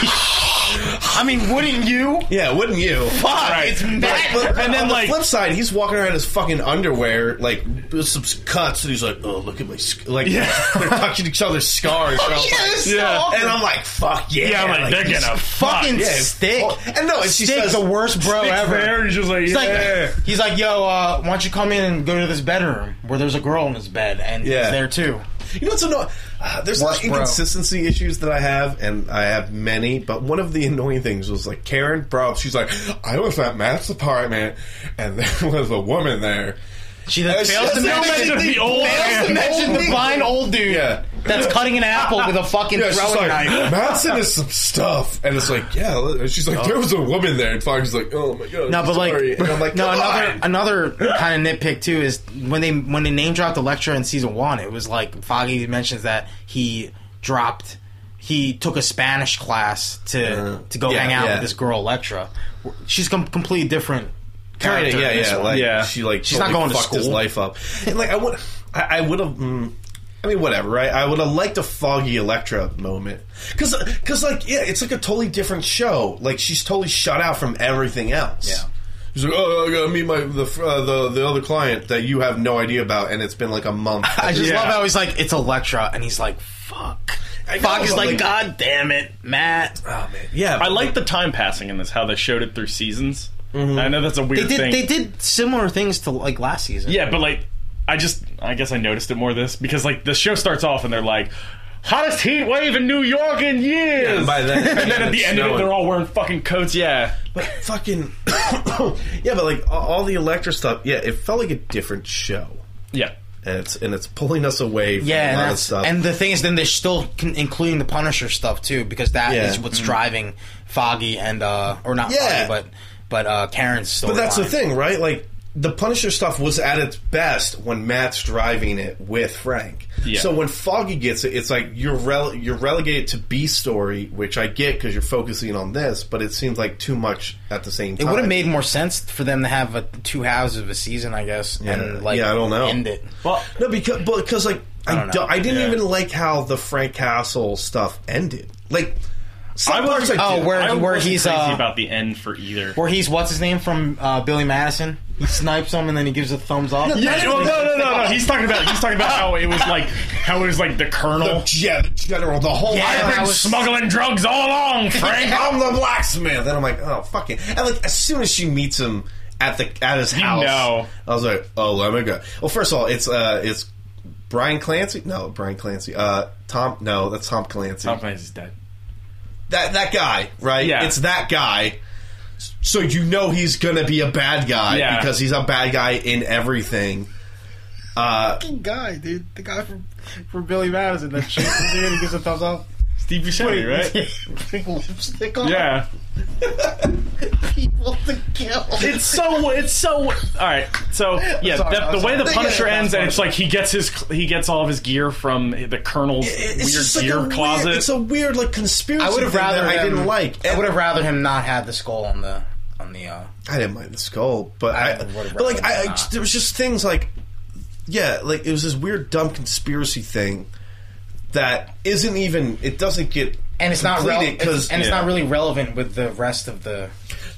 I mean, wouldn't you? yeah, wouldn't you? Fuck, Right. it's But- mad. But, And and then, then, on like- the flip side, he's walking around in his fucking underwear, like with some cuts, and he's like, "Oh, look at my sc-. like they're touching each other's scars." and, I'm like, Yeah. yeah. and I'm like, "Fuck yeah!" Oh, yeah, I'm like, they're he's- gonna fucking yeah, stick. oh, and no, and she stick says- the worst bro ever. there. And she's like, He's like, yeah. he's like, yo, uh, why don't you come in and go to this bedroom where there's a girl in his bed and Yeah. he's there too. You know what's annoying? Uh, there's Worst like bro. inconsistency issues that I have, and I have many. But one of the annoying things was like Karen brought up. She's like, "I was at Matt's apartment, and there was a woman there." She then And fails Uh, she to doesn't mention, mention the the old fails man. to mention the fine old dude Yeah. that's cutting an apple with a fucking Yeah, she's throwing like, knife. Mattson is some stuff, and it's like, yeah. li- She's like, there was a woman there, and Foxy's like, oh my god. No, I'm but sorry. like, and I'm like, no, come another on. another kind of nitpick too is when they when they name dropped Electra in season one, it was like Foggy mentions that he dropped, he took a Spanish class to Uh, to go yeah, hang out yeah. with this girl Electra. She's com- completely different. Kinda, character yeah, in this yeah, one. like, Yeah. She like, She's not totally going to fucked his school. life up, and like, I would, I, I would have. Mm, I mean, whatever, right? I would have liked a Foggy Electra moment, because, like, yeah, it's like a totally different show. Like, she's totally shut out from everything else. Yeah. She's like, oh, I gotta meet my the uh, the the other client that you have no idea about, and it's been like a month. I just Yeah. love how he's like, it's Electra, and he's like, fuck. I know, Foggy's but, like, like- God damn it, Matt. oh man, yeah. I like the time passing in this, how they showed it through seasons. I know that's a weird They did thing. they did similar things to like last season. Yeah, but like, I just, I guess I noticed it more this because like the show starts off and they're like, hottest heat wave in New York in years. by then, and then at the end of it, they're all wearing fucking coats. Yeah, But fucking yeah, but like a- all the Electra stuff, yeah, it felt like a different show, yeah. and it's and it's pulling us away from Yeah, a and, lot of that's- stuff. and the thing is, then they're still con- including the Punisher stuff too, because that is Yeah. Mm-hmm. what's driving Foggy and uh, or not Yeah. Foggy, but but uh, Karen's story. but that's the thing, right? Like the Punisher stuff was at its best when Matt's driving it with Frank. Yeah. So when Foggy gets it, it's like you're rele- you're relegated to B story, which I get because you're focusing on this, but it seems like too much at the same It time. would have made more sense for them to have a, two halves of a season, I guess, and like Yeah, I don't know. end it. Well, no because because like I, don't don't- know. I didn't Yeah. even like how the Frank Castle stuff ended. Like some I was- parts I oh, did. where I where wasn't he's crazy uh, about the end for either. where he's what's his name from uh, Billy Madison. He snipes him and then he gives a thumbs up. Yeah, well, no, no, no, no. He's talking about he's talking about how it was like how it was like the colonel. The- yeah, the general, the whole. Yeah, I've been that was- smuggling drugs all along, Frank. Frank, I'm the blacksmith, and I'm like, oh fucking. And like, as soon as she meets him at the at his house, know. I was like, oh, let me go. Well, first of all, it's uh, it's Brian Clancy. No, Brian Clancy. Uh, Tom. No, that's Tom Clancy. Tom Clancy's dead. That that guy, right? Yeah. it's that guy. So you know he's gonna be a bad guy Yeah. because he's a bad guy in everything. Uh, guy, dude, the guy from from Billy Madison that shakes his hand and gives a thumbs up. Steve Buscemi, right? Big lipstick on yeah. people to kill. It's so. It's so. All right. So yeah, sorry, the, I'm the way sorry. the Punisher Yeah, yeah, ends, and that's it's like he gets his he gets all of his gear from the Colonel's it's just weird gear like a closet. Weird, it's a weird like conspiracy. I would have thing that rather I him- didn't like. I would have rather him not have the skull on the on the. Uh, I didn't mind the skull, but I I, would've but like I, I rather not. just- there was just things like yeah, like it was this weird dumb conspiracy thing that isn't even it doesn't get and it's not rel- completed it's, and it's Yeah. not really relevant with the rest of the.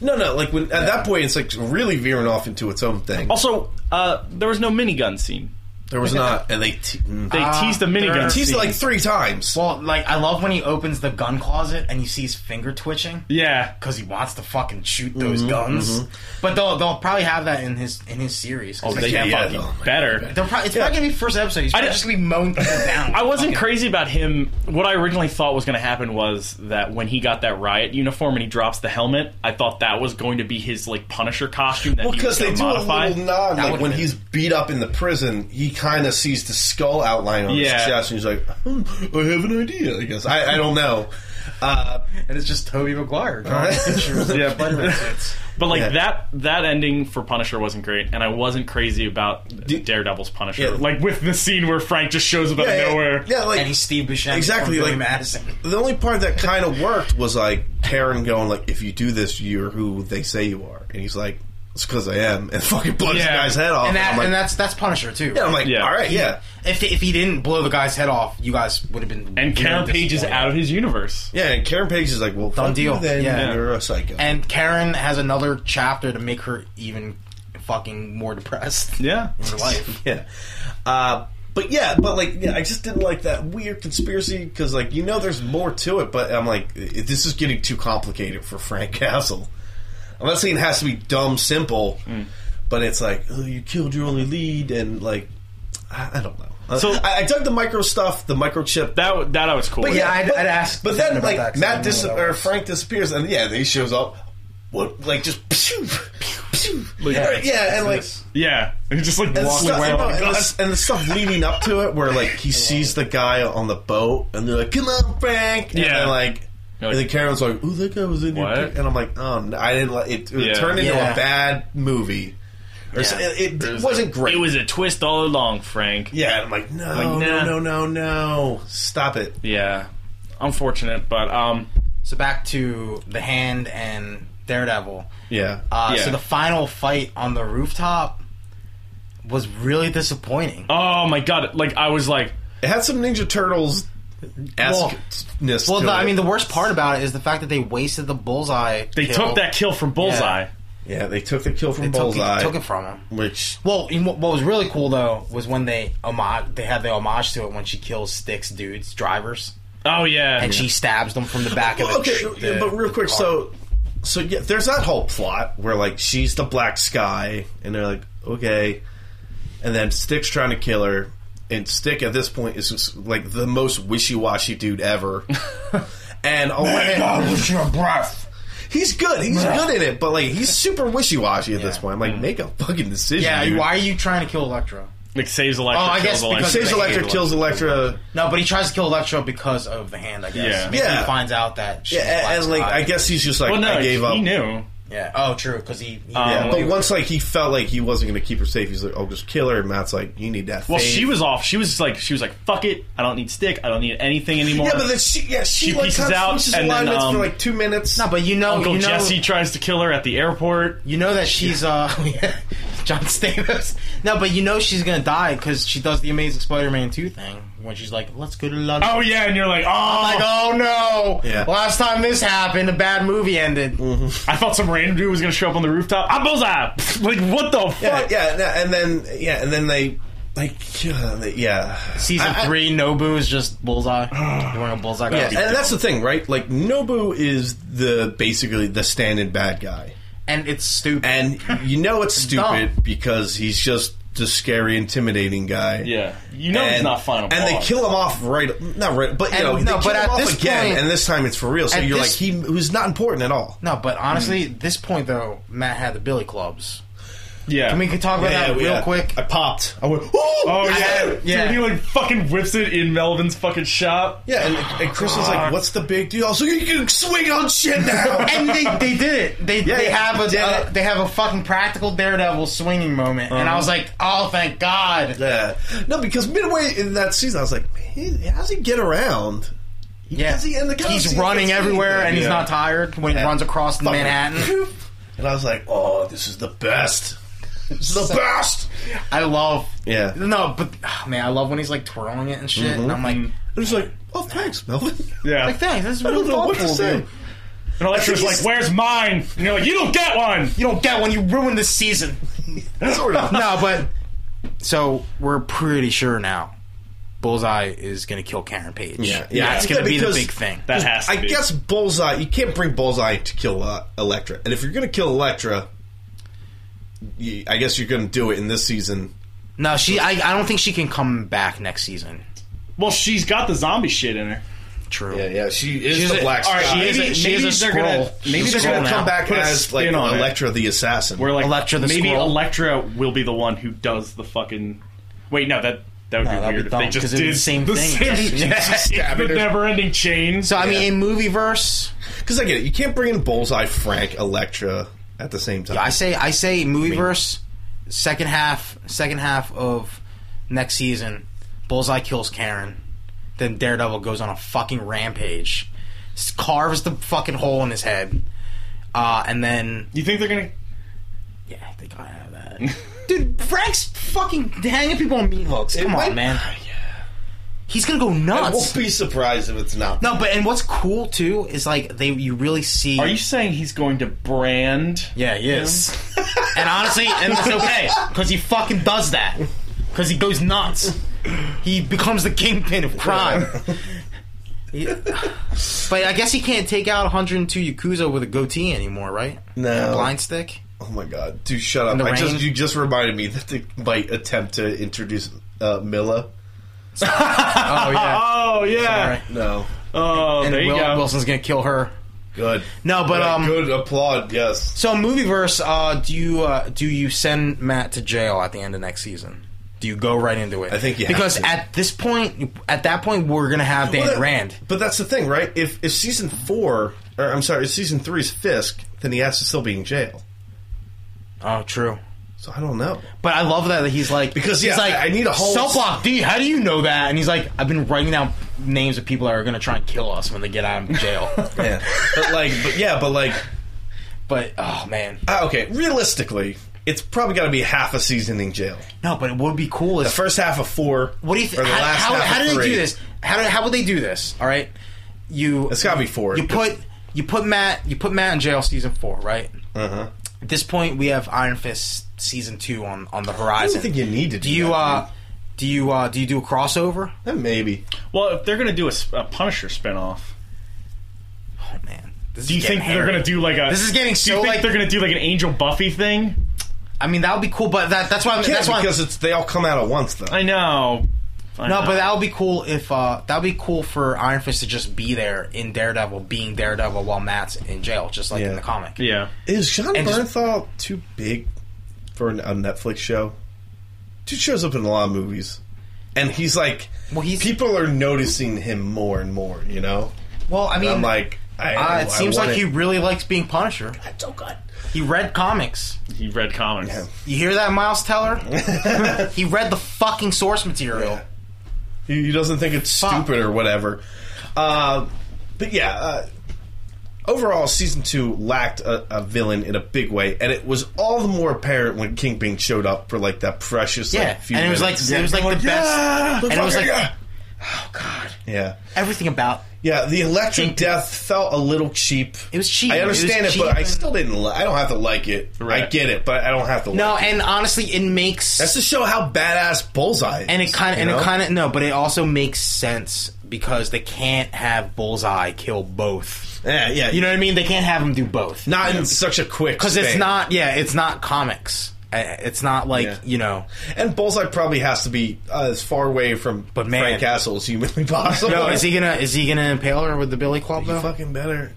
no no like when at that point it's like really veering off into its own thing. also, uh, there was no minigun scene. There was not, and they te- mm. They Ah, teased the minigun. they're- teased it scene. like three times. Well, like I love when he opens the gun closet and you see his finger twitching yeah, because he wants to fucking shoot those Mm-hmm, guns. But they'll they'll probably have that in his in his series. Oh, 'cause they, they- can't yeah, fucking. no. better. They're probably, it's probably gonna be first episode. He's probably di- just gonna be mowing people down. I wasn't Fucking- crazy about him. What I originally thought was going to happen was that when he got that riot uniform and he drops the helmet, I thought that was going to be his like Punisher costume that Well, he was because they going to do a modify. little nod, like would've when been- he's beat up in the prison, he kind of sees the skull outline on his Yeah. chest, and he's like, hmm, "I have an idea." I guess I, I don't know. Uh, And it's just Toby Maguire. drawing right. pictures of Yeah. Spider-Man suits. But like Yeah. that that ending for Punisher wasn't great, and I wasn't crazy about Daredevil's Punisher. Yeah. Like with the scene where Frank just shows up out yeah, of nowhere. yeah, like And he's Steve Buscemi. Exactly, from Billy like- Madison. the only part that kind of worked was like Karen going like, "If you do this, you're who they say you are," and he's like, "It's because I am," and fucking blows the Yeah. guy's head off. And that oh, I'm like, and that's that's Punisher too. yeah, I'm like, Yeah. all right, yeah, if if he didn't blow the guy's head off, you guys would have been. And Karen Page is out of his universe. yeah. And Karen Page is like, "Well, Done fuck deal. You then Yeah. you're a psycho." And Karen has another chapter to make her even fucking more depressed. Yeah. In her life. yeah. Uh, but yeah, but like, yeah, I just didn't like that weird conspiracy because, like, you know, there's more to it. But I'm like, i- this is getting too complicated for Frank Castle. I'm not saying it has to be dumb simple, but it's like oh, you killed your only lead, and like, I, I don't know. So So- I, I dug the micro stuff, the microchip. That that I was cool. But with. yeah, I'd- but, I'd ask But Nathan then, about like, that 'cause I Matt don't dis- know what that or was. Frank disappears, and yeah, he shows up. What, like, just pew, pew, pew. Yeah. yeah, and like. yeah. He just like And, walks stuff, away. and, like, the, and, the, and the stuff leading up to it, where like he sees the guy on the boat, and they're like, "Come on, Frank!" And Yeah. then, like, You're and like- then Karen's like, "Ooh, that guy was in your What? pic-" and I'm like, "Oh, no, I didn't like it." It Yeah. turned into Yeah. a bad movie, or so- Yeah. it, it, wasn't great. It was a twist all along, Frank. yeah, and I'm like, "No, Like, nah. no, no, no, no, stop it." Yeah. Unfortunate, but um So back to the hand and Daredevil. Yeah, Uh, Yeah. So the final fight on the rooftop was really disappointing. oh my god, like I was like it had some Ninja Turtles esqueness. well, to the, I it. mean, the worst part about it is the fact that they wasted the bullseye. they kill. took that kill from Bullseye. yeah, they took the kill from They took, Bullseye, they took it from him. which Well, you know, what was really cool though was when they homage, they had the homage to it when she kills six dudes, drivers, Oh yeah. and she stabs them from the back Well, of the tr- okay, the- but real the quick, car. so so yeah, there's that whole plot where like she's the black sky, and they're like, okay, and then Stick's trying to kill her, and Stick at this point is just, like the most wishy-washy dude ever, and a lot- with your breath. he's good, he's good in it, but like he's super wishy-washy at this point. I'm like, make a fucking decision. Yeah, dude. why are you trying to kill Electro? like saves Electra. Oh, I kills guess Electra. because- Saves Electra, Electra. kills Electra. No, but he tries to kill Electro because of the hand. I guess. Yeah. Maybe Yeah. He finds out that. She's Yeah, Black and, and, like Sky. I guess he's just like Well, no, I gave he up. knew. Yeah. Oh, true. Because he. he Yeah, Um, but once like he felt like he wasn't going to keep her safe, he's like, "I'll just kill her." And Matt's like, "You need that." Well, faith." she was off. She was like, she was like, "Fuck it! I don't need stick. I don't need anything anymore." Yeah, but then she yeah she, She like pieces kind of out, switches and then, alignments um, for like two minutes. no, but you know, Uncle you know, Jesse tries to kill her at the airport. you know that she's uh, John Stamos. No, but you know she's gonna die because she does the Amazing Spider-Man two thing when she's like, "Let's go to lunch." Oh yeah, and you're like, "Oh, like, oh no! Yeah. Mm-hmm. Last time this happened, a bad movie ended. I thought some random dude was gonna show up on the rooftop. I'm bullseye. like, what the fuck? yeah, yeah, no, and then yeah, and then they like yeah, they- yeah. Season I- I- three, Nobu is just bullseye. You're wearing a bullseye yeah, costume. and that's the thing, right? Like Nobu is the basically the stand-in bad guy, and it's stupid. and you know it's dumb. stupid because he's just the scary, intimidating guy. Yeah. You know and, he's not final. and they kill him off right, not right, but you And- know, no, they but kill at him this off again, point- and this time it's for real. So at you're this- like, he who's not important at all. no, but honestly, Hmm. this point though, Matt had the Billy clubs. Yeah. I mean, we can talk about that real yeah. quick. I popped. I went, oh, oh yeah. Yeah. Dude, he like fucking whips it in Melvin's fucking shop. Yeah, and, and Chris was like, "What's the big deal?" I was like, "You can swing on shit now." and they, they did it. They, they yeah, have a did uh, it. Uh-huh. they have a fucking practical Daredevil swinging moment, and I was like, oh, thank God. yeah, no, because midway in that season, I was like, Man, "How does he get around?" Yeah, Does he end the he's costume? running Does he- everywhere, and he's Yeah. not tired when he Yeah. runs across Fucking Manhattan. poof. and I was like, "Oh, this is the best." This is the best. I love. Yeah. No, but ah, man, I love when he's like twirling it and shit, and I'm like, I was like, "Oh, thanks, Melvin." Yeah. like thanks, this is I really don't know thoughtful. what to say. dude. And Electra's like, "Where's mine?" And you're like, "You don't get one." You don't get one. You ruined this season. Sort of. no, but So we're pretty sure now. Bullseye is going to kill Karen Page. Yeah, yeah. That's going to be the Because- big thing. That has to I be. guess Bullseye. You can't bring Bullseye to kill uh, Elektra, and if you're gonna kill Elektra, you, I guess you're gonna do it in this season. No, she. I, I don't think she can come back next season. Well, she's got the zombie shit in her. True. yeah. She is She's a- all right, Sky. she is maybe a- she is maybe a they're gonna Skrull. maybe She's they're She's a Skrull gonna gonna now. come back Put a as like spin on it. Elektra the assassin. We're like Electra the maybe Skrull. Electra will be the one who does the fucking. Wait, no, that that would No, be that'd be weird if dumb, they just 'cause it'd be did the same thing. It's the never-ending chain. So I mean, Yeah. in movie verse, because I get it. You can't bring in Bullseye, Frank, Elektra at the same time. I say I say movie verse, second half second half of next season, Bullseye kills Karen, then Daredevil goes on a fucking rampage, s- carves the fucking hole in his head, uh, and then you think they're gonna? yeah, they gotta have that. Dude, Frank's fucking hanging people on meat hooks. Come might- on, man. He's gonna go I nuts. won't be surprised if it's not. No, but and what's cool too is like they you really see. Are you saying he's going to brand? Yeah, he is. and honestly, and it's okay because he fucking does that because he goes nuts. He becomes the kingpin of crime. He- but I guess he can't take out 102 Yakuza with a goatee anymore, right? No. blind stick. Oh my god, dude, shut In up! the I rain? just you just reminded me that they might attempt to introduce uh, Milla. Oh yeah. Oh yeah. Sorry. No, Oh, and there you Will- go. Wilson's gonna kill her. good. No, but Yeah, um. good applaud. Yes, So Movieverse, uh, do you uh, do you send Matt to jail at the end of next season? Do you go right into it? I think you have because to. at this point, at that point, we're gonna have Dan Well, that- Rand. But that's the thing, right? If if season four, or I'm sorry, if season three is Fisk, then he has to still be in jail. Oh, true. So I don't know. But I love that he's like Because, he's yeah, like I- I need a whole- cell block D. How do you know that? And he's like, I've been writing down names of people that are gonna try and kill us when they get out of jail. Yeah, but like, but yeah, but like, but oh man, ah, okay. Realistically, it's probably got to be half a season in jail. no. But it would be cool The if first half of four. what do you think? or the How, last how, half how do of they three. do this? How do, how would they do this? All right, you It's gotta be four. You put you put Matt you put Matt in jail season four, right? Uh-huh. At this point, we have Iron Fist season two on on the I horizon. don't think you need to. Do, do you that, uh man. do you uh do you do a crossover? Eh, maybe. Well, if they're gonna do a, s- a Punisher spinoff, Oh man, do you think they're gonna do like a? This is getting do you so think like they're gonna do like an Angel Buffy thing? I mean, that would be cool, but that, that's why. I'm, Yeah, that's why. because it's they all come out at once though. I know. I no, know. but that would be cool if uh, that would be cool for Iron Fist to just be there in Daredevil, being Daredevil while Matt's in jail, just like Yeah. in the comic. yeah. Is John And just- Bernthal too big for an, a Netflix show? Dude shows up in a lot of movies, and he's like, Well, he's- people are noticing him more and more. You know, Well, I and mean, I'm like, I, uh, it I seems want like he Oh, really likes being Punisher. That's so good. He read comics. He read comics. Yeah. You hear that, Miles Teller? he read the fucking source material. Yeah. He, he doesn't think it's Fuck. stupid or whatever. Uh, but yeah, uh, overall, season two lacked a, a villain in a big way, and it was all the more apparent when Kingpin showed up for like that precious Yeah, like, few and it was like minutes. it was like the Yeah, best, and it was like yeah. oh god, yeah. everything about Yeah, the electric Think- death felt a little cheap. It was cheap. I It understand it, was but cheap I and- still didn't. Li- I don't have to like it. I Right. get it, but I don't have to. like no, it. and honestly, it makes that's to show how badass Bullseye is. And it kind of, you and know? it kind of, no, but it also makes sense because they can't have Bullseye kill both. yeah, yeah. You know what I mean? They can't have him do both. not in such a quick because it's span. not, yeah, it's not comics. Uh, It's not like Yeah. you know. And Bullseye probably has to be uh, as far away from But man- Frank Castle as humanly possible. No, is he gonna is he gonna impale her with the billy club You though? fucking better.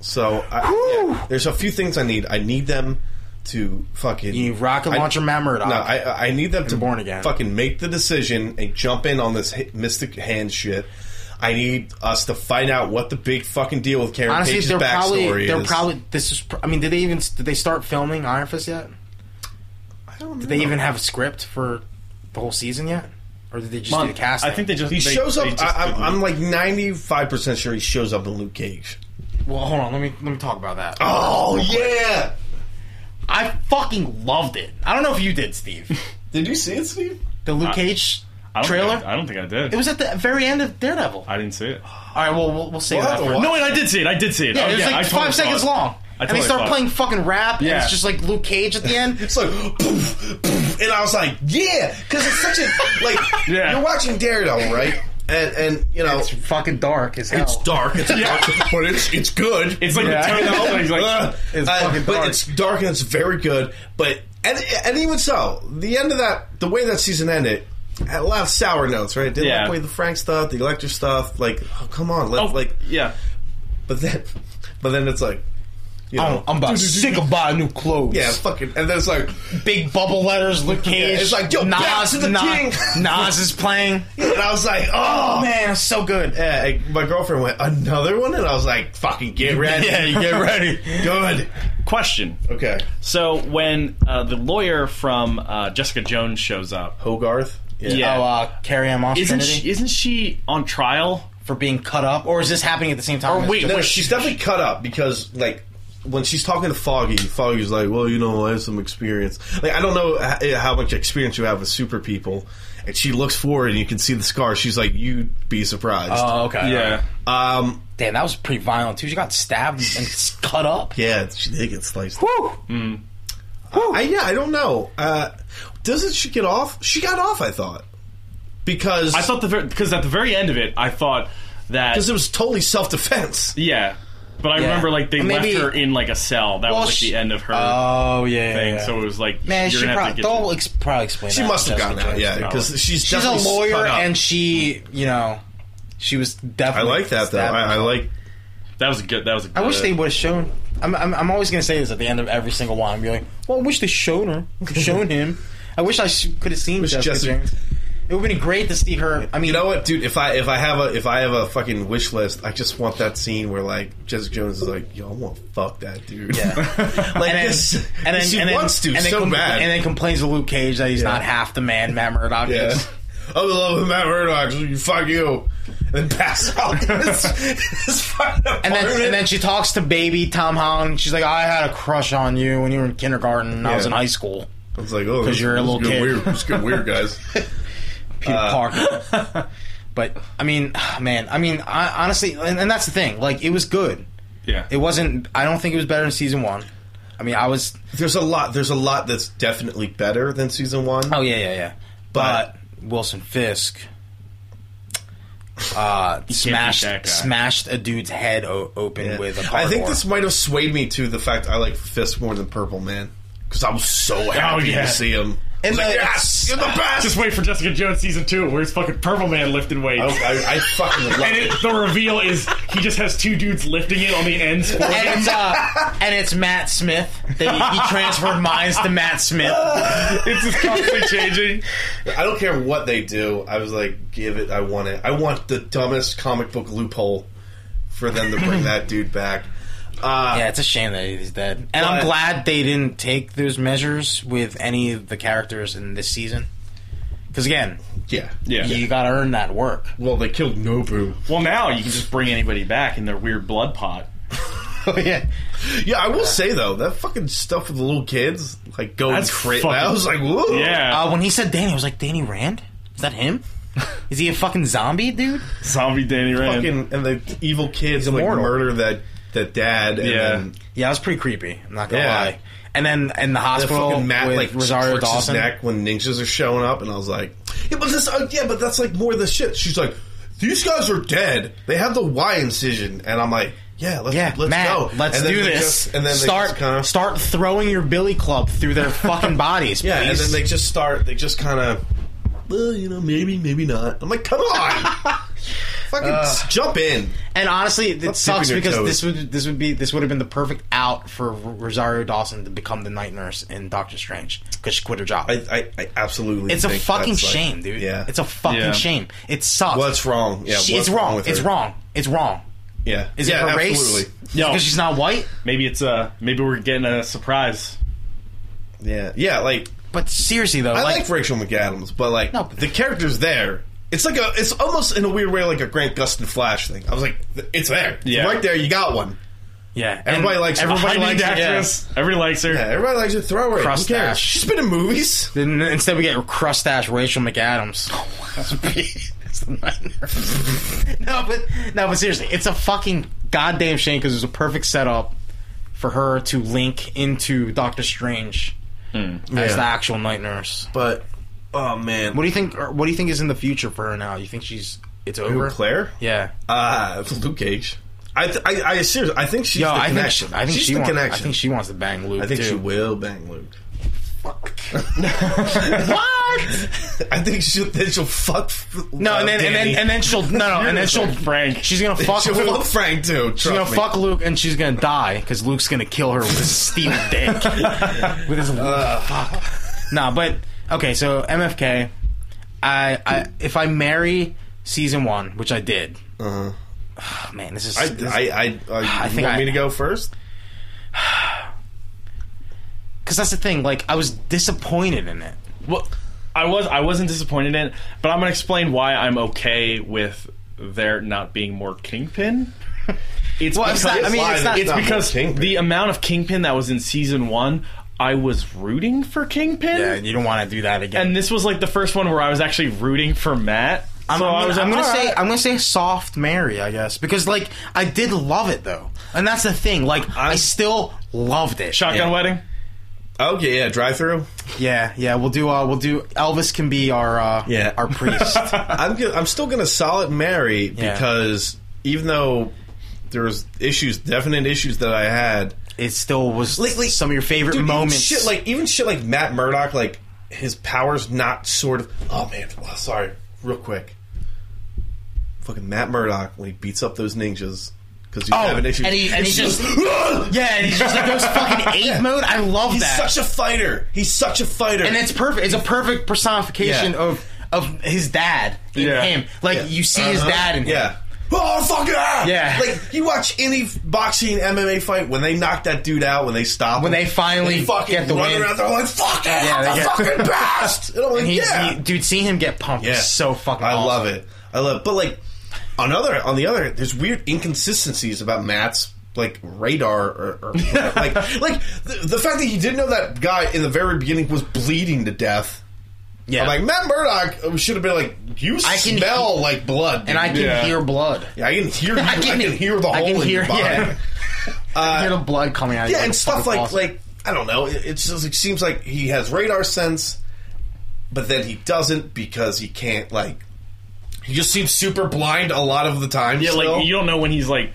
So I, yeah, there's a few things I need. I need them to fucking You need rocket launcher I, Matt Murdock. No, I, I need them to Born Again. Fucking make the decision and jump in on this hi- mystic hand shit. I need us to find out what the big fucking deal with Karen Honestly, Page's they're backstory probably they're is. probably this is. pr- I mean, did they even did they start filming Iron Fist yet? I don't Did they know. even have a script for the whole season yet, or did they just do Mon- the casting? I think they just He they- shows up. they just I, I'm, didn't- I'm like 95 percent sure he shows up in Luke Cage. Well, hold on. Let me let me talk about that. Oh yeah! I fucking loved it. I don't know if you did, Steve. Did you see it, Steve? The Luke I- Cage I don't think trailer. I, I don't think I did. it was at the very end of Daredevil. I didn't see it. All right, well we'll, we'll save Well, that. For, what? No, wait, I did see it. I did see it. yeah, Oh, it was I like totally five saw seconds it. long, I and they totally start saw it. playing fucking rap, and Yeah. it's just like Luke Cage at the end. It's like poof, poof, oof, and I was like, yeah, because it's such a like. Yeah. You're watching Daredevil, right? And and you know It's fucking dark as hell. it's dark. It's dark, but it's it's good. It's like Yeah. the tone of the he's like, Ugh. It's Uh, fucking but dark. it's dark and it's very good. But and, and even so, the end of that, the way that season ended, had a lot of sour notes, right? Didn't Yeah. like the way the Frank stuff, the Electra stuff. Like, oh, come on, let, oh, like, like yeah. but then, but then it's like, you know, Oh, I'm, I'm about sick of buying new clothes. yeah, fucking, and then it's like, Big bubble letters, Luke Cage. it's like, yo, Nas, back to the Nas, king. Nas is playing. and I was like, oh. Oh man, it's so good. Yeah, uh, like, my girlfriend went another one, and I was like, "Fucking get ready, Yeah, you get ready. good." Question. Okay, So when uh, the lawyer from uh, Jessica Jones shows up, Hogarth. Yeah. Oh, uh, Carrie Ann Moss isn't Kennedy she, isn't she on trial? for being cut up, or is this happening at the same time? Or wait, Oh, No, Wait, she's definitely cut up because like when she's talking to Foggy, Foggy's like, "Well, you know, I have some experience. Like, I don't know h- eh, how much experience you have with super people." And she looks forward, and you can see the scar. She's like, "You'd be surprised." Oh, okay. um, Damn, that was pretty violent too. She got stabbed and s- cut up. yeah, she did get sliced. Woo! I, yeah, I don't know. Uh, doesn't she get off? She got off, I thought, because I thought the because at the very end of it, I thought that because it was totally self defense. yeah. But I remember like they Maybe- left her in like a cell. That Well, was like she- the end of her Oh yeah. yeah, thing. yeah. So it was like Man, you're she gonna have probably to get don't ex- probably explain. She that must have to gotten Jessica out, yeah, Jones. because she's she's a definitely lawyer cut up. and she, you know, she was I definitely. like that though. stabbed. I, I like that was a good. That was a good. I wish they would have shown. I'm, I'm, I'm always gonna say this at the end of every single one. I'm gonna be like, well, I wish they shown her, shown him. I wish I sh- could have seen Wish Jessica, Jessica- Jones. It would have been great to see her. I mean, You know what, dude? If I if I have a if I have a fucking wish list, I just want that scene where like Jessica Jones is like, "Yo, I want to fuck that dude." Yeah. like and then, this, and then she and then, wants to and then so compl- bad. and then complains to Luke Cage that he's not half the man Matt out yeah. is. I'm in love with Matt Murdock. so You fuck you, and pass out. this, this fucking And then, apartment. and then she talks to baby Tom Holland. She's like, "I had a crush on you when you were in kindergarten. and I was Yeah. in high school." I was like, "Oh, because you're a little kid. Weird. It's good, weird, guys." Peter Uh. Parker. but I mean, ah, man, I mean, I, honestly, and, and that's the thing. Like, it was good. Yeah. It wasn't. I don't think it was better than season one. I mean, I was. there's a lot. There's a lot that's definitely better than season one. Oh yeah, yeah, yeah. But, Wilson Fisk. Uh, smashed that guy. smashed a dude's head o- open Yeah. with a I think cardboard. this might have swayed me to the fact I like Fist more than Purple Man because I was Oh, so happy yeah. to see him. I was And like, the- yes, you're the best. Just wait for Jessica Jones season two, where it's fucking Purple Man lifting I, weights. I, I fucking love And it. it, the reveal is he just has two dudes lifting it on the ends. For him. and it's, uh, and it's Matt Smith. They, he transferred minds to Matt Smith. It's just constantly changing. I don't care what they do. I was like, give it. I want it. I want the dumbest comic book loophole for them to bring that dude back. Uh, Yeah, it's a shame that he's dead. And I'm But- glad they didn't take those measures with any of the characters in this season. Because again, yeah, Yeah. you got to earn that work. Well, they killed Nobu. Well, now you can just bring anybody back in their weird blood pot. Oh yeah, Yeah, I Uh, will say though, that fucking stuff with the little kids, like going That's crazy. fucking- I was like, whoa. Yeah. Uh, when he said Danny, I was like, Danny Rand? Is that him? Is he a fucking zombie, dude? Zombie Danny Rand. Fucking, and the evil kids like immortal. murder that that dad. And Yeah. then Yeah, it was pretty creepy. I'm not gonna Yeah. lie. And then in the the hospital fucking Matt with like Rosario pricks his Dawson. neck when ninjas are showing up, and I was like, yeah, but this, uh, yeah, but that's like more of the shit. She's like, these guys are dead. They have the Y incision, and I'm like, yeah, let's, Yeah, let's Matt, go, let's And then do they this. just- and then start they just kinda, start throwing your billy club through their fucking bodies. yeah, and please. then they just start. They just kind of, well, you know, maybe, maybe not. I'm like, come on, fucking s- jump in. And honestly, it sucks dipping your because toes. this would this would be this would have been the perfect out for R- Rosario Dawson to become the night nurse in Doctor Strange because she quit her job. I, I, I absolutely. it's a think fucking that's, like- shame, dude. Yeah, it's a fucking Yeah. shame. It sucks. what's wrong? Yeah, She- what's it's wrong. with it's her? wrong. It's wrong. Yeah, Is yeah, it her absolutely. race? No. because she's not white. Maybe it's uh maybe we're getting a surprise. Yeah, yeah, like. But seriously though, I like, like, Rachel McAdams, but like No, but- the character's there. It's like a, it's almost in a weird way like a Grant Gustin Flash thing. I was like, th- it's there, It's Yeah. right there. You got one. yeah, Everybody and likes her. everybody I likes need her, yeah. actress. Everybody likes her. Yeah, everybody likes to throw her. Who Crust cares? ash. She's been in movies. Then instead we get crustache Rachel McAdams. That's the nightmare. no, but no, but seriously, it's a fucking goddamn shame because it was a perfect setup for her to link into Doctor Strange Hmm. as Yeah. the actual night nurse. But oh man, What do you think? or What do you think is in the future for her now? You think she's it's over? Who, Claire? Yeah. Uh, Luke Cage. I, th- I, I seriously, I think she's Yo, the I think she, connection. I think she's she the wants, I connection. think she wants to bang Luke. I think too. she will bang Luke. Fuck. what? I think she'll then she'll fuck. uh, No, and then and then and then she'll no no and then she'll Frank. She's gonna fuck she'll Luke. fuck Frank too. She's gonna fuck Luke and she's gonna die because Luke's gonna kill her with his steam dick. with his Uh. uh, fuck. Nah, but okay. So MFK, I, I if I marry season one, which I did. Uh-huh. Oh, man, this is. I this- I I, I, I think want I- me to go first. Because that's the thing. Like, I was disappointed in it. Well, I was I wasn't disappointed in, it, but I'm gonna explain why I'm okay with there not being more Kingpin. It's Well, it's because not- I mean, Why it's there's not- it's more because Kingpin? the amount of Kingpin that was in season one, I was rooting for Kingpin. Yeah, you don't want to do that again. And this was like the first one where I was actually rooting for Matt. I'm, so I'm I gonna, was I'm like, gonna "All say right." I'm gonna say soft Mary, I guess, because like I did love it though, and that's the thing. Like i still loved it. shotgun Yeah. wedding. Okay, yeah, drive through. Yeah, yeah. We'll do. Uh, we'll do. Elvis can be our uh, Yeah. our priest. I'm go- I'm still gonna solid Mary Yeah. because even though there was issues, definite issues that I had. it still was Like- like- some of your favorite Dude, even moments. Shit, like even shit like Matt Murdock, like his powers not sort of. Oh man, well, sorry, real quick. Fucking Matt Murdock when he beats up those ninjas because he's having issues. Oh, and he- and he's just- yeah, yeah, and he's just like those fucking ape mode. I love he's that, such a fighter. He's such a fighter. and it's perfect. It's a perfect personification Yeah. of of his dad in Yeah. him. Like Yeah. you see his Uh-huh. dad in him. yeah. Oh fuck yeah! Yeah. like you watch any f- boxing MMA fight when they knock that dude out, when they stop, When him, they finally fucking get the run win. around, they're like, "Fuck it, Yeah, I'm they the get- fucking best!" And I'm like, And he, yeah, he- dude, seeing him get pumped Yeah. is so fucking. I awesome. love it. I love But like on other on the other, there's weird inconsistencies about Matt's like radar or, or like like the, the fact that he didn't know that guy in the very beginning was bleeding to death. Yeah, I'm like Matt Murdock should have been like you I can smell like blood, dude. and I can Yeah. hear blood. Yeah, I can hear you, I, can, hear the I hole can in hear, your body. yeah. Yeah, I hear the blood coming out. of and stuff like awesome. like I don't know. It, it's just, it seems like he has radar sense, but then he doesn't because he can't like. He just seems super blind a lot of the time. Yeah, still. like you don't know when he's like,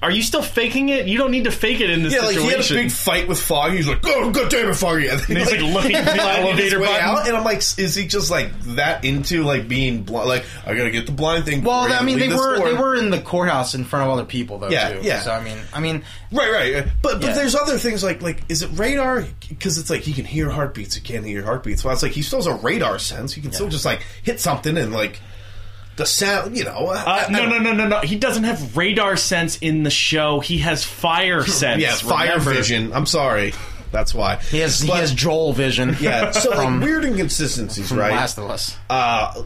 "Are you still faking it? You don't need to fake it in this Yeah, like situation." he had a big fight with Foggy. He's like, "Oh, god damn it, Foggy!" And, then And he's, like, looking for the on his elevator way button. out, and I'm like, "Is he just like that into like being blind? Like, I gotta get the blind thing." Well, before I mean, leave they this were door." they were in the courthouse in front of other people though. Yeah, too. yeah. So I mean, I mean, right, right. yeah. But but Yeah. there's other things like like is it radar? Because it's like he can hear heartbeats, he can't hear heartbeats. Well, it's like he still has a radar sense. He can still just like hit something and like the sound, you know. Uh, no, no, no, no, no. He doesn't have radar sense in the show. He has fire sense. Yeah, fire remember? vision. I'm sorry, that's why he has he has Joel vision. Yeah, so like from, weird inconsistencies, from right? Last of Us. uh,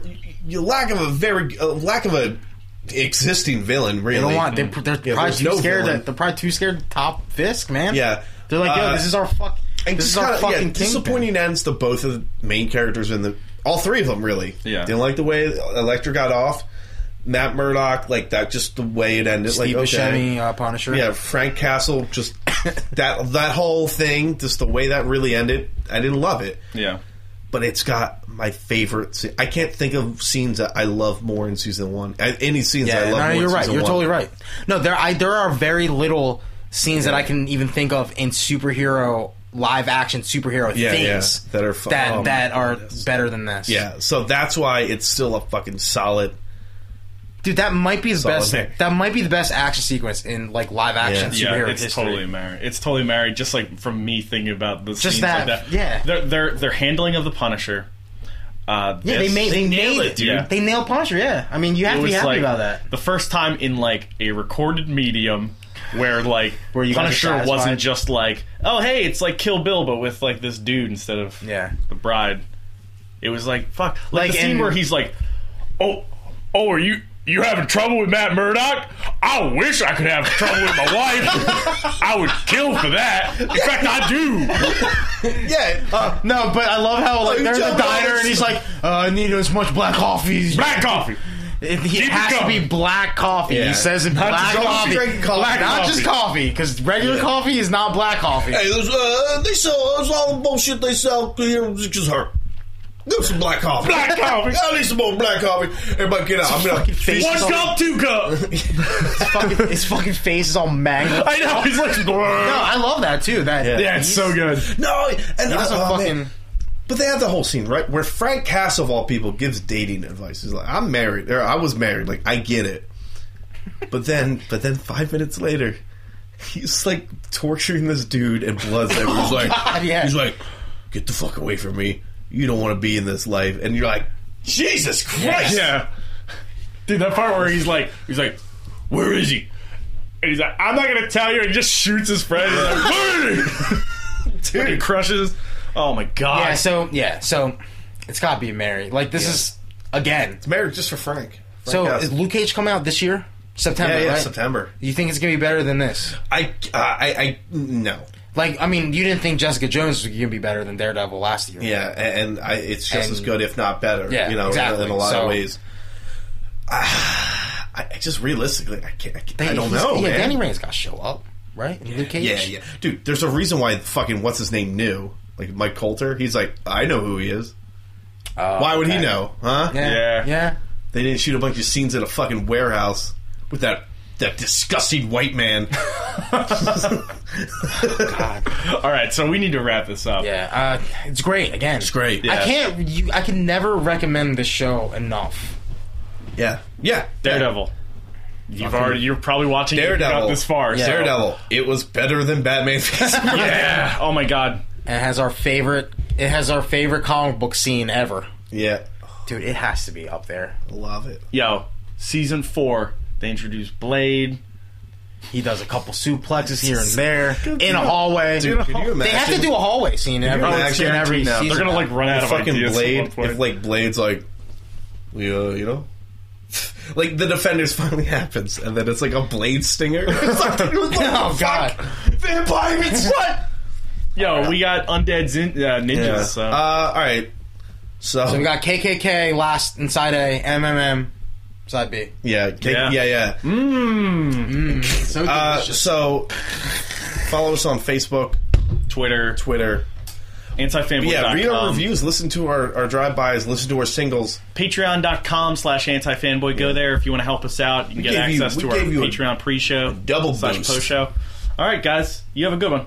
you lack of a very uh, lack of a existing villain. Really, They don't want. They, they're Yeah, probably there's too no scared. villain. To, they're probably too scared to top Fisk, man. Yeah. They're like, yo, Uh, this is our fuck. And This just is our kinda- yeah, fucking Kingpin. disappointing ends to both of the main characters in the all three of them. Really, Yeah. Didn't like the way Electra got off. Matt Murdock, like that, just the way it ended. Steve like okay, Buscemi, uh, Punisher. yeah. Frank Castle, just that that whole thing, just the way that really ended. I didn't love it, Yeah. but it's got my favorite. se- I can't think of scenes that I love more in season one. Uh, Any scenes that I Yeah, love no, more. in you're right. season You're one. totally right. No, there I there are very little scenes that I can even think of in superhero live action superhero Yeah, things yeah, that are fu- that oh my that are better than this. Yeah, so that's why it's still a fucking solid. dude, that might be the Solid best. pick. That might be the best action sequence in like live action Yeah. Yeah, superhero it's history. totally married. It's totally married. Just like from me thinking about the scenes like that, that. yeah. their their their handling of the Punisher. Uh, yeah, they this- made they, nailed it, dude. They nailed Punisher. Yeah, I mean, you have It to be was happy like about that. the first time in like a recorded medium where like Where you guys are Punisher satisfied. wasn't just like, oh hey, it's like Kill Bill but with like this dude instead of Yeah. the bride. It was like fuck, like, Like, the scene and- where he's like, oh oh are you you having trouble with Matt Murdock? I wish I could have trouble with my wife. I would kill for that. In fact, I do. Yeah, uh, No, but I love how like Oh, they're in Joe the diner Roberts. and he's like, uh, "I need as much black coffee." as you Black coffee. It, he it has to going. be black coffee. Yeah. He says in Not black just- don't coffee. drink coffee. Black- not just coffee, because regular coffee is not black coffee. Hey, there's, uh, they sell it's all the bullshit they sell here. It's just her. Give me some black coffee. Black coffee. I need some more black coffee. Everybody get out. I'm gonna face One It's all- cup, two cup. His fucking, his fucking face is all mangled. I know. He's like, No, "Brrr." I love that too. That yeah, it's so good. No, and He doesn't oh, man. fucking. But they have the whole scene, right? Where Frank Cass, of all people, gives dating advice. He's like, I'm married. Or I was married. Like, I get it. But then, but then five minutes later, he's like torturing this dude and blood's everywhere. He's like, yeah. he's like, get the fuck away from me. You don't want to be in this life. And you're like, Jesus Christ. Yeah. Dude, that part where he's like, he's like, where is he? And he's like, I'm not gonna tell you. And he just shoots his friend. He's like, where is he? And he crushes. Oh my god. Yeah, so yeah, so it's got to be Mary. Like this is again. Married just for Frank. Frank So Cass. is Luke Cage coming out this year? September, yeah, yeah, right? September. You think it's gonna be better than this? I, uh, I, I, no. Like, I mean, you didn't think Jessica Jones was gonna be better than Daredevil last year? Yeah, and I, it's just And- as good, if not better. Yeah, you know, in- exactly. in a lot So- of ways. Ah, I, I just realistically, I can't. I, can't- I don't he's- know, Yeah, man. Danny Rand's got to show up, right? Luke Cage. yeah, yeah, dude. There's a reason why fucking what's his name knew, like Mike Coulter. He's like, I know who he is. Oh, Why would he okay. know? Huh? Yeah, Yeah. yeah. They didn't shoot a bunch of scenes at a fucking warehouse with that that disgusting white man. All right, so we need to wrap this up. Yeah, uh, it's great. Again, it's great, I yeah. can't. You, I can never recommend this show enough. yeah, yeah. Daredevil. You've already. You're probably watching. it if you got Daredevil. this far. so- Daredevil. It was better than Batman. v Superman. Yeah. Oh my god. And it has our favorite. It has our favorite comic book scene ever, yeah, dude. It has to be up there. love it. Yo, season four. They introduced Blade. Uh, He does a couple suplexes here and there in a hallway. Dude, could you imagine? they have to do a hallway scene in every, Oh, it's in every guaranteed now. season. They're gonna like run out of fucking ideas. at blade. one point. If like blades like, we, uh, you know, like the defenders finally happens, and then it's like a blade stinger. It's like, oh god. vampire! It's what? Yo, we got undead zin- uh, ninjas. Yeah. So. Uh, all right. So, So we got KKK last inside A, MMM side B. yeah, ca- Yeah. Hmm? yeah, yeah, So Uh, delicious. so follow us on Facebook, Twitter. Twitter. Antifanboy.com. Uh, Yeah, read our reviews, listen to our, our drive bys, listen to our singles. patreon.com slash antifanboy go there if you want to help us out you can get gave you- access we to our gave you a patreon pre-show double slash boost. post-show all right guys you have a good one